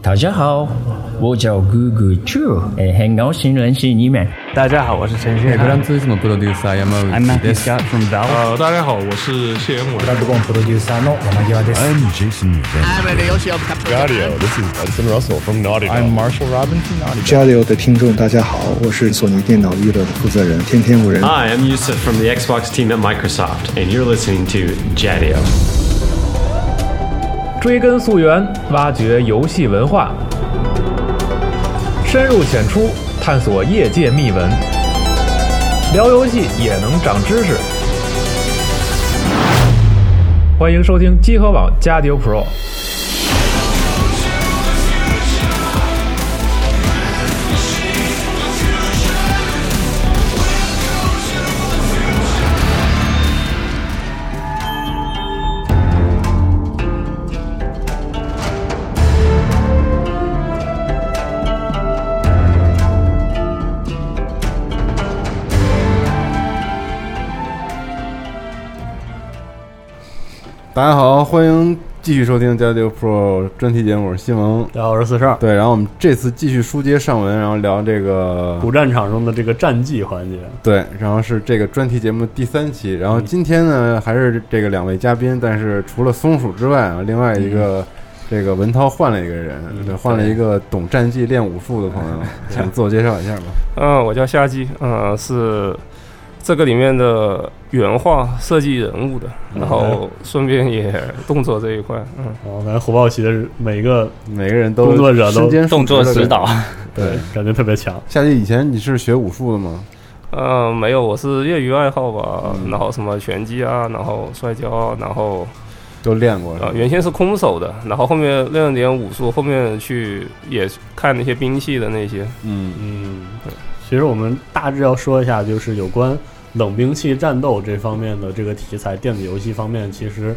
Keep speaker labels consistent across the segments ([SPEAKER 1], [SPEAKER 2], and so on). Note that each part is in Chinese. [SPEAKER 1] 大家好，我叫 Google Chu，哎，很高兴认识你们。
[SPEAKER 2] 大家好，我是陈旭
[SPEAKER 3] グランツーリスモプロデュ ーサー山
[SPEAKER 2] ，I'm
[SPEAKER 3] 内
[SPEAKER 2] Matthew
[SPEAKER 3] です。
[SPEAKER 2] Scott from Valve。
[SPEAKER 4] 呃，大家好，我是谢元伟。
[SPEAKER 5] I'm Jason Van.
[SPEAKER 6] J 流的听众，大家好，我是索尼电脑娱乐的负责人天天五人。
[SPEAKER 7] Hi, I'm Yusuf from the Xbox team at Microsoft, and you're listening to Jadio.
[SPEAKER 8] 追根溯源，挖掘游戏文化，深入浅出探索业界秘闻，聊游戏也能长知识。欢迎收听集合网加迪 Pro。
[SPEAKER 9] 大家好，欢迎继续收听《加六 Pro》专题节目，我是西蒙。
[SPEAKER 2] 然后我是四十二。
[SPEAKER 9] 对，然后我们这次继续书接上文，然后聊这个
[SPEAKER 2] 古战场中的这个战绩环节，
[SPEAKER 9] 对，然后是这个专题节目第三期。然后今天呢，还是这个两位嘉宾，但是除了松鼠之外啊，另外一个、
[SPEAKER 2] 嗯
[SPEAKER 9] 这个文涛换了一个人，对，换了一个懂战技、练武术的朋友， 请自我介绍一下吧。
[SPEAKER 10] 嗯，我叫夏基，嗯，是这个里面的原画设计人物的，
[SPEAKER 4] 嗯
[SPEAKER 10] 然后顺便也动作这一块，嗯，
[SPEAKER 2] 然后感觉火爆棋的是每一个
[SPEAKER 9] 每个人都
[SPEAKER 2] 工作者都
[SPEAKER 9] 身兼数职的感觉。
[SPEAKER 2] 对感觉特别强，
[SPEAKER 9] 夏季以前你是学武术的吗？
[SPEAKER 10] 呃，没有，我是业余爱好吧，
[SPEAKER 4] 嗯
[SPEAKER 10] 然后什么拳击啊，然后摔跤啊，然后
[SPEAKER 9] 都练过是吧
[SPEAKER 10] 呃，原先是空手的，然后后面练了点武术，后面去也看那些兵器的那些，
[SPEAKER 9] 嗯，
[SPEAKER 2] 嗯，其实我们大致要说一下，就是有关冷兵器战斗这方面的这个题材，电子游戏方面其实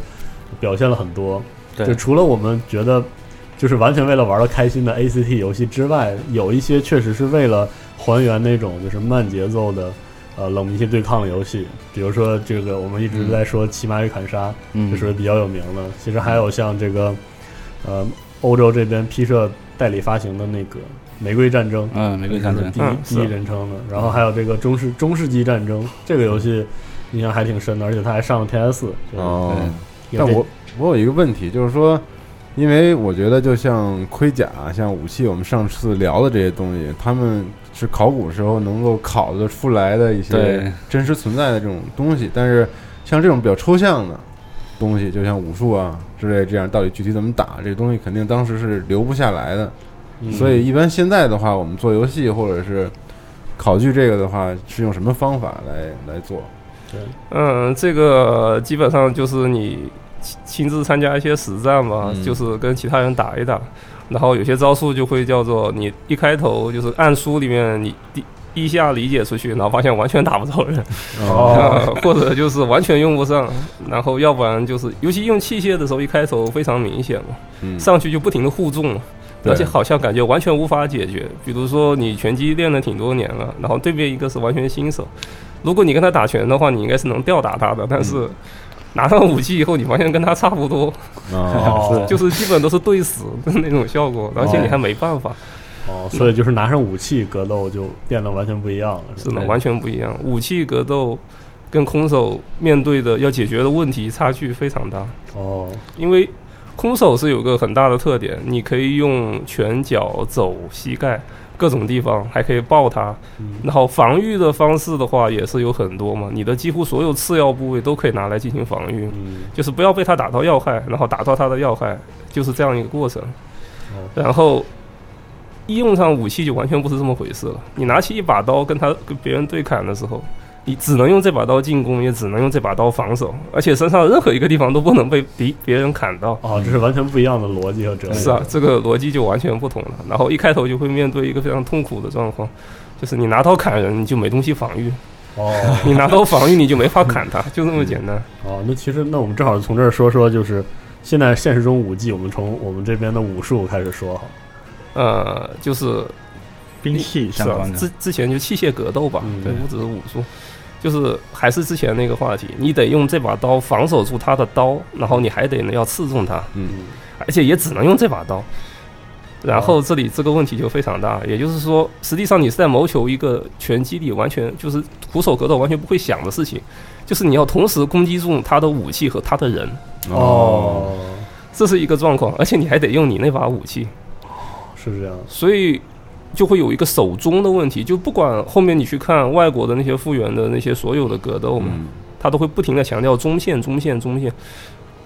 [SPEAKER 2] 表现了很多。
[SPEAKER 10] 对
[SPEAKER 2] 就除了我们觉得就是完全为了玩的开心的 ACT 游戏之外，有一些确实是为了还原那种就是慢节奏的呃冷兵器对抗的游戏，比如说这个我们一直在说《骑马与砍杀》
[SPEAKER 9] 嗯
[SPEAKER 2] 这属于比较有名的。其实还有像这个呃欧洲这边批设代理发行的那个《玫瑰战争》，
[SPEAKER 3] 嗯，玫瑰战
[SPEAKER 2] 就是
[SPEAKER 3] 争
[SPEAKER 2] 第。一
[SPEAKER 10] 嗯
[SPEAKER 2] 第一
[SPEAKER 10] 是
[SPEAKER 2] 人称的，然后还有这个中世中世纪战争这个游戏，印象还挺深的，而且它还上了 PS。就是
[SPEAKER 9] 哦。
[SPEAKER 2] 有
[SPEAKER 9] 但
[SPEAKER 2] 这
[SPEAKER 9] 我我有一个问题，就是说，因为我觉得就像盔甲、啊像武器，我们上次聊的这些东西，他们是考古时候能够考得出来的一些
[SPEAKER 3] 对
[SPEAKER 9] 真实存在的这种东西，但是像这种比较抽象的东西，就像武术啊之类，这样到底具体怎么打，这东西肯定当时是留不下来的。
[SPEAKER 2] 嗯
[SPEAKER 9] 所以一般现在的话，我们做游戏或者是考据这个的话，是用什么方法来来做？
[SPEAKER 10] 嗯，这个基本上就是你亲亲自参加一些实战吧，
[SPEAKER 9] 嗯
[SPEAKER 10] 就是跟其他人打一打，然后有些招数就会叫做你一开头就是按书里面你第一下理解出去，然后发现完全打不到人， 啊
[SPEAKER 2] 哦，
[SPEAKER 10] 或者就是完全用不上，然后要不然就是尤其用器械的时候，一开头非常明显嘛，
[SPEAKER 9] 嗯，
[SPEAKER 10] 上去就不停的互中嘛。
[SPEAKER 9] 对
[SPEAKER 10] 而且好像感觉完全无法解决。比如说，你拳击练了挺多年了，然后对面一个是完全新手，如果你跟他打拳的话，你应该是能吊打他的，但
[SPEAKER 9] 嗯
[SPEAKER 10] 是拿到武器以后，你发现跟他差不多，
[SPEAKER 2] 哦
[SPEAKER 10] 就是基本都是对死的那种效
[SPEAKER 9] 哦
[SPEAKER 10] 果，而且你还没办法，嗯
[SPEAKER 2] 哦，所以就是拿上武器格斗就变得完全不一样了，
[SPEAKER 10] 真的完全不一样。武器格斗跟空手面对的要解决的问题差距非常大，
[SPEAKER 2] 哦，
[SPEAKER 10] 因为空手是有个很大的特点，你可以用拳脚、肘、膝盖各种地方，还可以抱他。然后防御的方式的话也是有很多嘛，你的几乎所有次要部位都可以拿来进行防御，
[SPEAKER 2] 嗯，
[SPEAKER 10] 就是不要被他打到要害，然后打到他的要害，就是这样一个过程。然后一用上武器就完全不是这么回事了。你拿起一把刀跟他跟别人对砍的时候，你只能用这把刀进攻，也只能用这把刀防守，而且身上任何一个地方都不能被敌别人砍到。
[SPEAKER 2] 哦，这是完全不一样的逻辑和哲理。
[SPEAKER 10] 是啊，这个逻辑就完全不同了。然后一开头就会面对一个非常痛苦的状况，就是你拿刀砍人，你就没东西防御；
[SPEAKER 2] 哦
[SPEAKER 10] 你拿刀防御，你就没法砍他，就这么简单。
[SPEAKER 2] 哦，那其实那我们正好从这儿说说，就是现在现实中武技，我们从我们这边的武术开始说好。
[SPEAKER 10] 呃，就是
[SPEAKER 3] 兵器
[SPEAKER 10] 是啊，之之前就器械格斗吧，
[SPEAKER 2] 嗯
[SPEAKER 10] 对，不只是武术，就是还是之前那个话题，你得用这把刀防守住他的刀，然后你还得呢要刺中他，
[SPEAKER 9] 嗯，
[SPEAKER 10] 而且也只能用这把刀。然后这里这个问题就非常大，也就是说，实际上你是在谋求一个拳击里完全就是徒手格斗完全不会想的事情，就是你要同时攻击中他的武器和他的人。
[SPEAKER 2] 哦，
[SPEAKER 10] 这是一个状况，而且你还得用你那把武器，
[SPEAKER 2] 哦是这样。
[SPEAKER 10] 所以就会有一个手中的问题，就不管后面你去看外国的那些复原的那些所有的格斗嘛，
[SPEAKER 9] 嗯
[SPEAKER 10] 他都会不停的强调中线、中线、中线。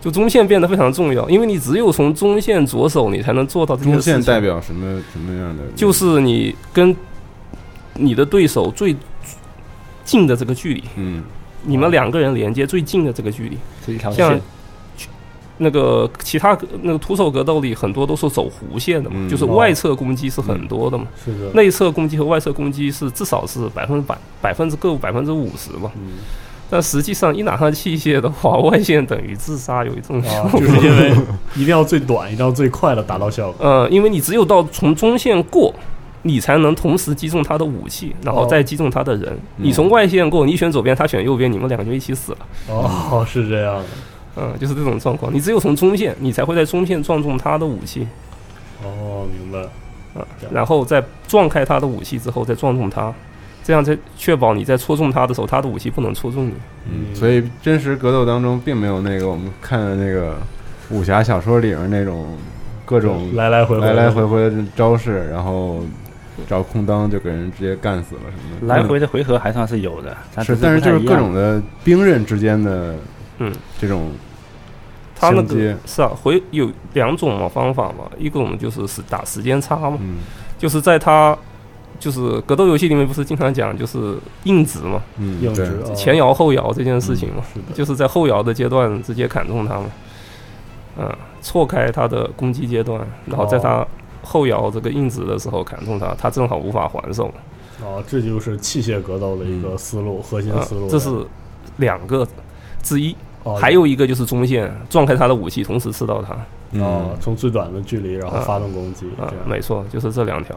[SPEAKER 10] 就中线变得非常重要，因为你只有从中线着手，你才能做到这件
[SPEAKER 9] 中
[SPEAKER 10] 事情。
[SPEAKER 9] 线代表什么什么样的？嗯
[SPEAKER 10] 就是你跟你的对手最近的这个距离，
[SPEAKER 9] 嗯，
[SPEAKER 10] 你们两个人连接最近的这个距离，
[SPEAKER 1] 这一条
[SPEAKER 10] 像
[SPEAKER 1] 线，
[SPEAKER 10] 那个其他那个徒手格斗里很多都是走弧线的嘛，
[SPEAKER 9] 嗯
[SPEAKER 10] 就是外侧攻击是很多的嘛，
[SPEAKER 2] 是的，
[SPEAKER 10] 内侧攻击和外侧攻击是至少是百分之百百分之各百分之五十嘛。但实际上，一拿上器械的话，外线等于自杀，有一种效
[SPEAKER 2] 啊，
[SPEAKER 10] 果
[SPEAKER 2] 就是因为一定要最短，一定要最快的达到效 果。
[SPEAKER 10] 呃，因为你只有到从中线过，你才能同时击中他的武器，然后再击中他的人。你从外线过，你选左边，他选右边，你们两个就一起死了。
[SPEAKER 2] 哦，是这样的。
[SPEAKER 10] 嗯、就是这种状况。你只有从中线，你才会在中线撞中他的武器，
[SPEAKER 2] 哦，明白。
[SPEAKER 10] 然后再撞开他的武器之后再撞中他，这样才确保你在戳中他的时候，他的武器不能戳中你。
[SPEAKER 2] 嗯
[SPEAKER 9] 所以真实格斗当中并没有那个我们看的那个武侠小说里面那种各种
[SPEAKER 2] 来来回回
[SPEAKER 9] 来来回回的招式，然后找空当就给人直接干死了什么的。
[SPEAKER 11] 来回的回合还算是有的，它
[SPEAKER 9] 是，
[SPEAKER 11] 只
[SPEAKER 9] 但是
[SPEAKER 11] 不太
[SPEAKER 9] 就是
[SPEAKER 11] 一
[SPEAKER 9] 各
[SPEAKER 11] 样
[SPEAKER 9] 种的兵刃之间的
[SPEAKER 10] 嗯
[SPEAKER 9] 这种
[SPEAKER 10] 他那
[SPEAKER 9] 衔
[SPEAKER 10] 个
[SPEAKER 9] 接，
[SPEAKER 10] 是啊，回有两种嘛方法嘛，一种就是是打时间差嘛，
[SPEAKER 9] 嗯
[SPEAKER 10] 就是在他就是格斗游戏里面不是经常讲就是硬直嘛，
[SPEAKER 9] 嗯，
[SPEAKER 2] 硬直
[SPEAKER 9] 对
[SPEAKER 2] 哦
[SPEAKER 10] 前摇后摇这件事情嘛，
[SPEAKER 2] 嗯是的
[SPEAKER 10] 就是在后摇的阶段直接砍中他嘛，嗯，错开他的攻击阶段，然后在他后摇这个硬直的时候砍中他，他正好无法还手，
[SPEAKER 2] 哦，这就是器械格斗的一个思路，核心
[SPEAKER 10] 嗯
[SPEAKER 2] 思路。
[SPEAKER 10] 这是两个之一
[SPEAKER 2] 哦，
[SPEAKER 10] 还有一个就是中线撞开他的武器，同时刺到他，
[SPEAKER 11] 嗯
[SPEAKER 2] 哦，从最短的距离，然后发动攻击，这
[SPEAKER 10] 啊，
[SPEAKER 2] 样。
[SPEAKER 10] 没错，就是这两条。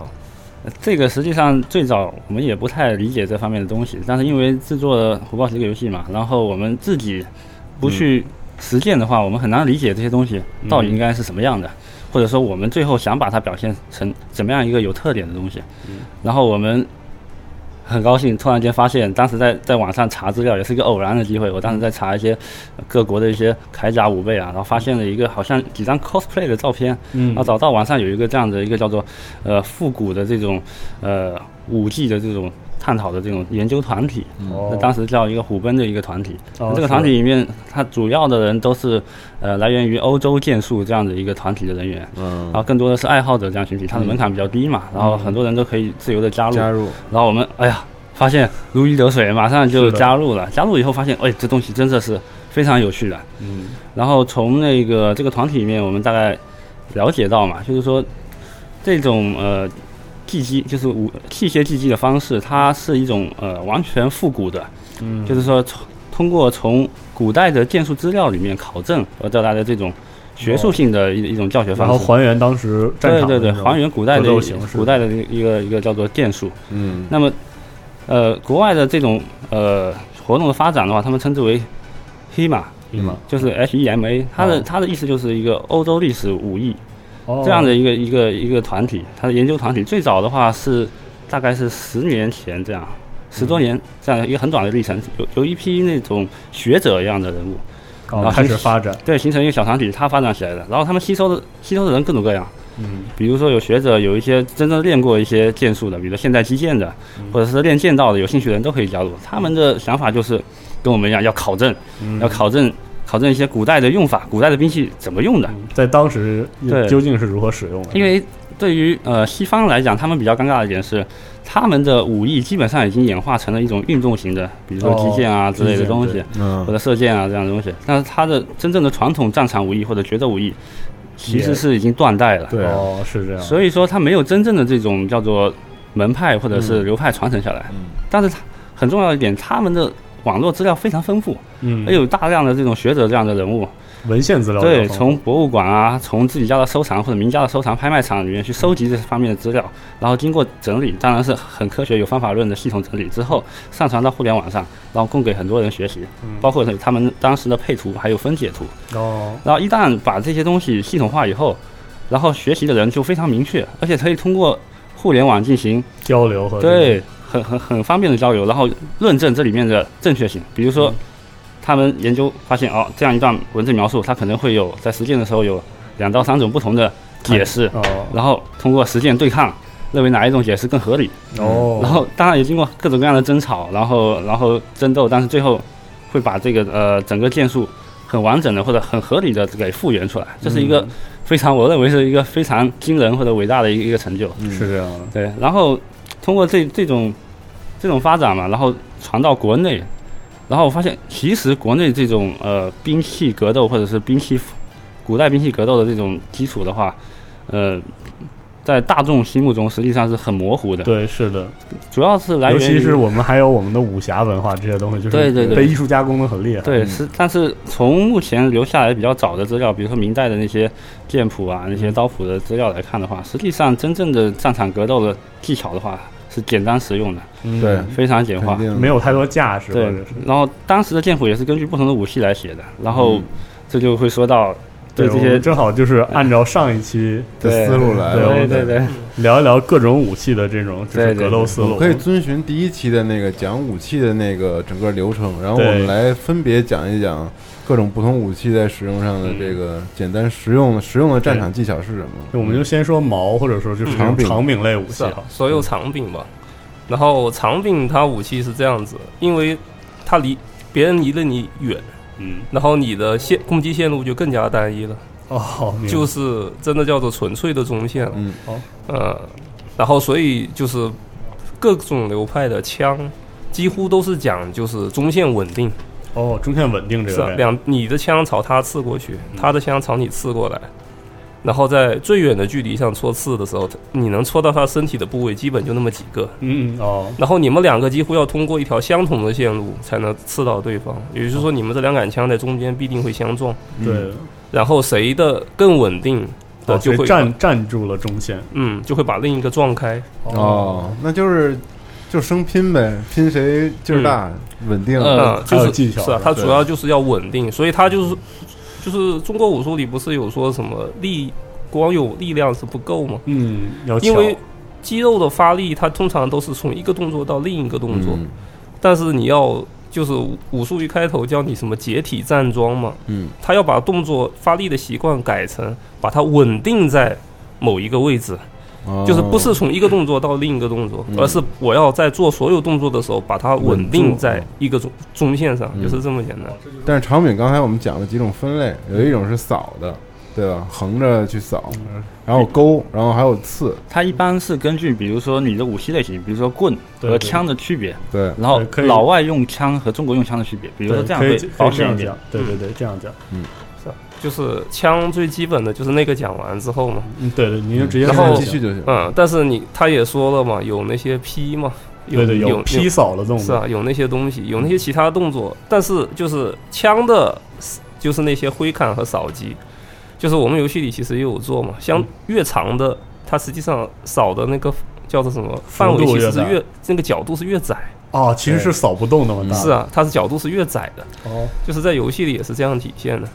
[SPEAKER 11] 这个实际上最早我们也不太理解这方面的东西，但是因为制作《虎豹》是一个游戏嘛，然后我们自己不去实践的话，我们很难理解这些东西到底应该是什么样的，或者说我们最后想把它表现成怎么样一个有特点的东西。然后我们很高兴，突然间发现，当时在在网上查资料也是一个偶然的机会。我当时在查一些各国的一些铠甲武备啊，然后发现了一个好像几张 cosplay 的照片，
[SPEAKER 2] 嗯
[SPEAKER 11] 然后找到网上有一个这样的一个叫做呃复古的这种呃武技的这种探讨的这种研究团体，
[SPEAKER 2] 哦
[SPEAKER 11] 那当时叫一个虎贲的一个团体。
[SPEAKER 2] 哦
[SPEAKER 11] 这
[SPEAKER 2] 是
[SPEAKER 11] 个团体里面，它主要的人都是呃来源于欧洲剑术这样的一个团体的人员，
[SPEAKER 9] 嗯
[SPEAKER 11] 然后更多的是爱好者这样群体，它的门槛比较低嘛，然后很多人都可以自由的加入。
[SPEAKER 9] 加入
[SPEAKER 11] 然后我们哎呀，发现如鱼得水，马上就是
[SPEAKER 2] 的
[SPEAKER 11] 加入了。加入以后发现，哎，这东西真的是非常有趣的。
[SPEAKER 2] 嗯，
[SPEAKER 11] 然后从那个这个团体里面，我们大概了解到嘛，就是说这种呃技击，就是武器械技击的方式，它是一种呃完全复古的，
[SPEAKER 2] 嗯
[SPEAKER 11] 就是说从通过从古代的剑术资料里面考证而得来的这种学术性的一一种教学
[SPEAKER 2] 然
[SPEAKER 11] 方
[SPEAKER 2] 后
[SPEAKER 11] 式。
[SPEAKER 2] 还原当时战
[SPEAKER 11] 对
[SPEAKER 2] 场的
[SPEAKER 11] 对对，
[SPEAKER 2] 那种
[SPEAKER 11] 还原古代的
[SPEAKER 2] 格斗形式，
[SPEAKER 11] 古代的一个一个叫做剑术，
[SPEAKER 9] 嗯
[SPEAKER 11] 那么，呃，国外的这种呃活动的发展的话，他们称之为 HEMA，
[SPEAKER 2] 嗯嘛，
[SPEAKER 11] 就是 HEMA，它的、
[SPEAKER 2] 哦
[SPEAKER 11] 它的意思就是一个欧洲历史武艺
[SPEAKER 2] 哦
[SPEAKER 11] 这样的一个一个一个团体，它的研究团体最早的话是大概是十年前这样，十
[SPEAKER 2] 嗯
[SPEAKER 11] 多年这样一个很短的历程，有有一批那种学者一样的人物，然
[SPEAKER 2] 哦
[SPEAKER 11] 后
[SPEAKER 2] 开
[SPEAKER 11] 形
[SPEAKER 2] 始发展，
[SPEAKER 11] 对，形成一个小团体，它发展起来的。然后他们吸收的吸收的人各种各样，
[SPEAKER 2] 嗯，
[SPEAKER 11] 比如说有学者有一些真正练过一些剑术的，比如说现代击剑的，或者是练剑道的，有兴趣的人都可以加入。他们的想法就是跟我们一样，要考证，要考证考证一些古代的用法，古代的兵器怎么用的。
[SPEAKER 2] 在当时
[SPEAKER 11] 对
[SPEAKER 2] 究竟是如何使用的？
[SPEAKER 11] 因为对于呃西方来讲，他们比较尴尬的一点是，他们的武艺基本上已经演化成了一种运动型的，比如说击剑啊
[SPEAKER 2] 哦
[SPEAKER 11] 之类
[SPEAKER 2] 击
[SPEAKER 11] 的
[SPEAKER 2] 剑
[SPEAKER 11] 东西。
[SPEAKER 2] 对
[SPEAKER 9] 嗯
[SPEAKER 11] 或者射箭啊这样的东西。但是它的真正的传统战场武艺或者决斗武艺，其实是已经断代了。
[SPEAKER 9] 对啊，
[SPEAKER 2] 哦，是这样，
[SPEAKER 11] 所以说它没有真正的这种叫做门派或者是流派传承下来。
[SPEAKER 2] 嗯
[SPEAKER 11] 但是它很重要的一点，他们的网络资料非常丰富，
[SPEAKER 2] 嗯
[SPEAKER 11] 也，有大量的这种学者这样的人物，
[SPEAKER 2] 文献资料
[SPEAKER 11] 哎对，
[SPEAKER 2] 比较丰富
[SPEAKER 11] 从博物馆啊，从自己家的收藏或者名家的收藏、拍卖场里面去收集这方面的资料，然后经过整理，当然是很科学、有方法论的系统整理之后，上传到互联网上，然后供给很多人学习，包括他们当时的配图还有分解图。
[SPEAKER 2] 哦，
[SPEAKER 11] 然后一旦把这些东西系统化以后，然后学习的人就非常明确，而且可以通过互联网进行
[SPEAKER 2] 交流和
[SPEAKER 11] 哦对很很很方便的交流，然后论证这里面的正确性。比如说，他们研究发现哦，这样一段文字描述，它可能会有在实践的时候有两到三种不同的解释，
[SPEAKER 2] 哦
[SPEAKER 11] 然后通过实践对抗，认为哪一种解释更合理。
[SPEAKER 2] 哦
[SPEAKER 11] 嗯然后当然也经过各种各样的争吵，然后然后争斗，但是最后会把这个呃整个剑术很完整的或者很合理的给复原出来，这是一个
[SPEAKER 2] 嗯
[SPEAKER 11] 非常我认为是一个非常惊人或者伟大的一个一个成就。
[SPEAKER 2] 是这样的，
[SPEAKER 11] 对，然后通过这这种这种发展嘛，然后传到国内，然后我发现其实国内这种呃兵器格斗或者是兵器古代兵器格斗的这种基础的话，呃，在大众心目中实际上是很模糊的。
[SPEAKER 2] 对，是的，
[SPEAKER 11] 主要是来
[SPEAKER 2] 尤
[SPEAKER 11] 源于
[SPEAKER 2] 其是我们还有我们的武侠文化这些东西，就是
[SPEAKER 11] 对对对
[SPEAKER 2] 被艺术加工的很厉害。
[SPEAKER 11] 对，
[SPEAKER 2] 嗯
[SPEAKER 11] 是，但是从目前留下来比较早的资料，比如说明代的那些剑谱啊、那些
[SPEAKER 2] 嗯
[SPEAKER 11] 刀谱的资料来看的话，实际上真正的战场格斗的技巧的话，是简单实用的，
[SPEAKER 2] 嗯对
[SPEAKER 11] 非常简化
[SPEAKER 2] 肯定，没有太多价值
[SPEAKER 11] 对
[SPEAKER 2] 或者是，
[SPEAKER 11] 然后当时的剑谱也是根据不同的武器来写的，然后这就会说到
[SPEAKER 2] 嗯对
[SPEAKER 11] 这
[SPEAKER 2] 我
[SPEAKER 11] 些
[SPEAKER 2] 们正好就是按照上一期
[SPEAKER 11] 对对
[SPEAKER 2] 我们
[SPEAKER 11] 对对对
[SPEAKER 2] 聊一聊各种武器的这种就是格斗思
[SPEAKER 9] 我
[SPEAKER 2] 路，
[SPEAKER 9] 们可以遵循第一期的那个讲武器的那个整个流程，然后我
[SPEAKER 2] 对
[SPEAKER 9] 们来分别讲一讲各种不同武器在使用上的这个简单实用的实用的战场技巧是什么。
[SPEAKER 2] 对我们就先说矛，或者说
[SPEAKER 10] 嗯
[SPEAKER 2] 就是
[SPEAKER 9] 长柄
[SPEAKER 2] 长柄类武器
[SPEAKER 9] 是啊
[SPEAKER 2] 哈。
[SPEAKER 10] 所有长柄吧。然后长柄它武器是这样子，因为它离别人离得你远，
[SPEAKER 2] 嗯，
[SPEAKER 10] 然后你的线攻击线路就更加单一了。
[SPEAKER 2] 哦明白
[SPEAKER 10] 就是真的叫做纯粹的中线了。
[SPEAKER 9] 嗯，
[SPEAKER 2] 哦，
[SPEAKER 10] 呃，然后所以就是各种流派的枪几乎都是讲就是中线稳定。
[SPEAKER 2] 哦，中线稳定这个
[SPEAKER 10] 是啊
[SPEAKER 2] 概念
[SPEAKER 10] 两你的枪朝他刺过去，
[SPEAKER 9] 嗯
[SPEAKER 10] 他的枪朝你刺过来，然后在最远的距离上戳刺的时候，你能戳到他身体的部位基本就那么几个。
[SPEAKER 2] 嗯嗯哦，
[SPEAKER 10] 然后你们两个几乎要通过一条相同的线路才能刺到对方，也就是说你们这两杆枪在中间必定会相撞。
[SPEAKER 2] 对，
[SPEAKER 10] 然后谁的更稳定的
[SPEAKER 2] 哦
[SPEAKER 10] 就
[SPEAKER 2] 所
[SPEAKER 10] 会
[SPEAKER 2] 以站站住了中线。
[SPEAKER 10] 嗯，就会把另一个撞开。
[SPEAKER 9] 哦，那就是就生拼呗，拼谁劲儿大、稳定，
[SPEAKER 10] 嗯，就是是啊，它
[SPEAKER 9] 对
[SPEAKER 10] 主要就是要稳定，所以它就是就是中国武术里不是有说什么力光有力量是不够吗？
[SPEAKER 2] 嗯，要
[SPEAKER 10] 因为
[SPEAKER 2] 巧
[SPEAKER 10] 肌肉的发力，它通常都是从一个动作到另一个动作，
[SPEAKER 9] 嗯
[SPEAKER 10] 但是你要就是武武术一开头教你什么解体站桩嘛，
[SPEAKER 9] 嗯，
[SPEAKER 10] 他要把动作发力的习惯改成把它稳定在某一个位置。
[SPEAKER 9] 哦
[SPEAKER 10] 就是不是从一个动作到另一个动作，
[SPEAKER 9] 嗯
[SPEAKER 10] 而是我要在做所有动作的时候把它稳定在一个中中线上，
[SPEAKER 9] 嗯
[SPEAKER 10] 就是这么简单。
[SPEAKER 9] 但是长柄刚才我们讲了几种分类，有一种是扫的，对吧？横着去扫，
[SPEAKER 10] 嗯
[SPEAKER 9] 然后勾，然后还有刺，
[SPEAKER 11] 它一般是根据比如说你的武器类型，比如说棍
[SPEAKER 9] 对
[SPEAKER 11] 和
[SPEAKER 9] 对
[SPEAKER 11] 枪的区别，
[SPEAKER 9] 对
[SPEAKER 10] 嗯
[SPEAKER 11] 然后
[SPEAKER 2] 对可以
[SPEAKER 11] 老外用枪和中国用枪的区别，比如说
[SPEAKER 2] 对
[SPEAKER 11] 这样
[SPEAKER 2] 可以
[SPEAKER 11] 会
[SPEAKER 2] 可以
[SPEAKER 11] 保
[SPEAKER 2] 这
[SPEAKER 11] 险
[SPEAKER 2] 样
[SPEAKER 11] 一点
[SPEAKER 2] 讲。对对对，这样讲。
[SPEAKER 9] 嗯，
[SPEAKER 10] 是啊就是枪最基本的就是那个讲完之后嘛，
[SPEAKER 2] 嗯对对你就直接
[SPEAKER 10] 然后
[SPEAKER 2] 继续就行
[SPEAKER 10] 嗯，但是你他也说了嘛，有那些劈嘛，有
[SPEAKER 2] 对对有劈扫的动作
[SPEAKER 10] 是啊，有那些东西，有那些其他动作，但是就是枪的，就是那些挥砍和扫击，就是我们游戏里其实也有做
[SPEAKER 2] 嗯
[SPEAKER 10] 嘛，像越长的，它实际上扫的那个叫做什么范围
[SPEAKER 2] 幅度
[SPEAKER 10] 其
[SPEAKER 2] 越
[SPEAKER 10] 实是
[SPEAKER 2] 大
[SPEAKER 10] 越那个角度是越窄。
[SPEAKER 2] 哦，其实是扫不动那么大。
[SPEAKER 10] 是啊，，它是角度是越窄的。
[SPEAKER 2] 哦，
[SPEAKER 10] 就是在游戏里也是这样体现的，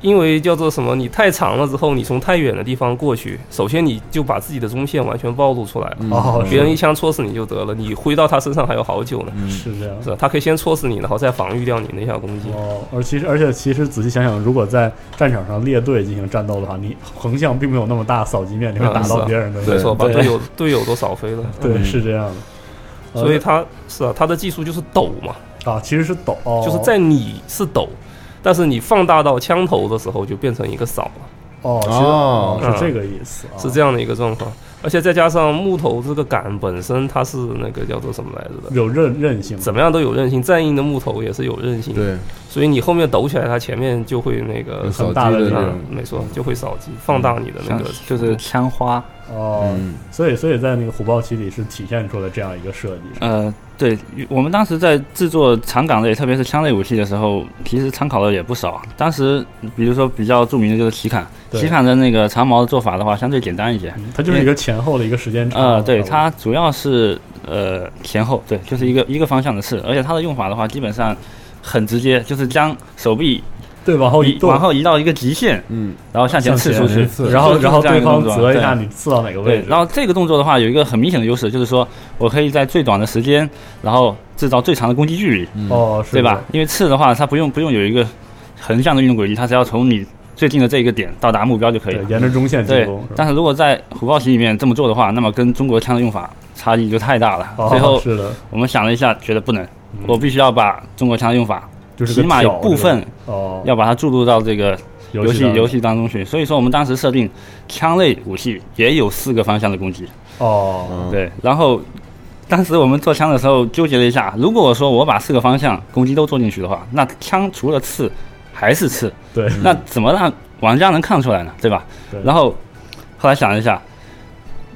[SPEAKER 10] 因为叫做什么，你太长了之后，你从太远的地方过去，首先你就把自己的中线完全暴露出来了。
[SPEAKER 2] 哦是
[SPEAKER 10] 嗯别人一枪戳死你就得了，你挥到他身上还有好久呢。
[SPEAKER 2] 是这样
[SPEAKER 10] 是啊，他可以先戳死你，然后再防御掉你那下攻击。
[SPEAKER 2] 哦，而其实而且其实仔细想想，如果在战场上列队进行战斗的话，你横向并没有那么大扫击面，你会
[SPEAKER 10] 嗯
[SPEAKER 2] 打
[SPEAKER 10] 是
[SPEAKER 2] 到
[SPEAKER 10] 啊
[SPEAKER 2] 别人的。
[SPEAKER 10] 没错，把
[SPEAKER 2] 对
[SPEAKER 10] 队友队友都扫飞了。
[SPEAKER 2] 对是这样的。呃
[SPEAKER 10] 所以他是啊，他的技术就是抖嘛，
[SPEAKER 2] 啊，其实是抖，哦
[SPEAKER 10] 就是在你是抖，但是你放大到枪头的时候就变成一个扫了。
[SPEAKER 2] 哦其实哦
[SPEAKER 11] 嗯
[SPEAKER 2] 是这个意思啊
[SPEAKER 10] 是这样的一个状况。而且再加上木头这个杆本身，它是那个叫做什么来着的？
[SPEAKER 2] 有韧韧性，
[SPEAKER 10] 怎么样都有韧性，战印的木头也是有韧性的。
[SPEAKER 2] 对，
[SPEAKER 10] 所以你后面抖起来，它前面就会那个
[SPEAKER 2] 有扫嗯很大的击的那
[SPEAKER 10] 啊
[SPEAKER 2] 种
[SPEAKER 10] 没错，就会扫击，放大你的那个
[SPEAKER 11] 像就是枪花。
[SPEAKER 2] 哦，所以所以在那个虎豹骑里是体现出了这样一个设计。
[SPEAKER 11] 呃，对我们当时在制作长杆类，特别是枪类武器的时候，其实参考的也不少。当时比如说比较著名的就是骑砍，
[SPEAKER 2] 对
[SPEAKER 11] 骑砍的那个长矛的做法的话，相对简单一些，
[SPEAKER 2] 它就是一个前后的一个时间差
[SPEAKER 11] 呃，嗯对，它主要是呃前后，对，就是一个一个方向的刺，而且它的用法的话，基本上很直接，就是将手臂
[SPEAKER 2] 对，往后
[SPEAKER 11] 哦移
[SPEAKER 2] 一动
[SPEAKER 11] 往后移到一个极限，
[SPEAKER 9] 嗯，
[SPEAKER 11] 然后向前刺出去，
[SPEAKER 2] 然后然后
[SPEAKER 11] 就是这样
[SPEAKER 2] 对
[SPEAKER 11] 一个
[SPEAKER 2] 方
[SPEAKER 11] 动作
[SPEAKER 2] 择一下
[SPEAKER 11] 对
[SPEAKER 2] 你刺到哪个位
[SPEAKER 11] 对
[SPEAKER 2] 置。
[SPEAKER 11] 然后这个动作的话，有一个很明显的优势，就是说我可以在最短的时间，然后制造最长的攻击距离。
[SPEAKER 2] 哦是
[SPEAKER 11] 对
[SPEAKER 2] 的
[SPEAKER 11] 吧？因为嗯刺的话，它不用不用有一个横向的运动轨迹，它只要从你最近的这一个点到达目标就可以了
[SPEAKER 2] 对。沿着中线进
[SPEAKER 11] 对
[SPEAKER 2] 攻是吧，
[SPEAKER 11] 但是如果在虎豹旗里面这么做的话，那么跟中国枪的用法差异就太大了。
[SPEAKER 2] 哦
[SPEAKER 11] 最后
[SPEAKER 2] 是的
[SPEAKER 11] 我们想了一下，觉得不能，我必须要把中国枪的用法，
[SPEAKER 2] 就是个
[SPEAKER 11] 起码有
[SPEAKER 2] 挑
[SPEAKER 11] 部分
[SPEAKER 2] 这种哦
[SPEAKER 11] 要把它注入到这个
[SPEAKER 2] 游
[SPEAKER 11] 游
[SPEAKER 2] 戏
[SPEAKER 11] 戏
[SPEAKER 2] 当中
[SPEAKER 11] 游戏当中去。所以说，我们当时设定枪类武器也有四个方向的攻击。
[SPEAKER 2] 哦，
[SPEAKER 11] 对，然后当时我们做枪的时候纠结了一下，如果说我把四个方向攻击都做进去的话，那枪除了刺还是刺，
[SPEAKER 2] 对
[SPEAKER 11] 那怎么让玩家能看出来呢？对吧？
[SPEAKER 2] 嗯对
[SPEAKER 11] 然后后来想了一下，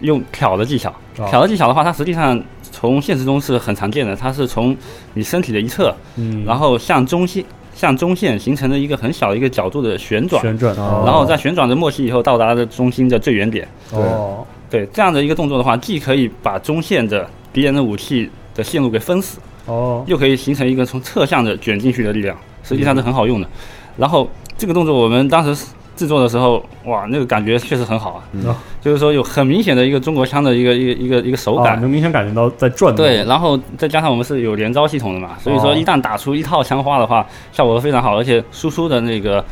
[SPEAKER 11] 用挑的技巧，
[SPEAKER 2] 哦
[SPEAKER 11] 挑的技巧的话，它实际上从现实中是很常见的，它是从你身体的一侧，
[SPEAKER 2] 嗯
[SPEAKER 11] 然后向中心。向中线形成了一个很小的一个角度的旋转，
[SPEAKER 2] 旋转哦
[SPEAKER 11] 然后在旋转的末期以后到达了中心的最原点，
[SPEAKER 2] 哦，
[SPEAKER 11] 对这样的一个动作的话，既可以把中线的敌人的武器的线路给封死，
[SPEAKER 2] 哦，
[SPEAKER 11] 又可以形成一个从侧向的卷进去的力量，实际上是很好用的。然后这个动作我们当时制作的时候，哇，那个感觉确实很好啊，
[SPEAKER 2] 嗯
[SPEAKER 11] 就是说有很明显的一个中国枪的一个一个一个一个手
[SPEAKER 2] 啊
[SPEAKER 11] 感。
[SPEAKER 2] 能明显感觉到在转动。
[SPEAKER 11] 对，然后再加上我们是有连招系统的嘛，所以说
[SPEAKER 2] 哦
[SPEAKER 11] 一旦打出一套枪花的话，效果非常好，而且输出的那个，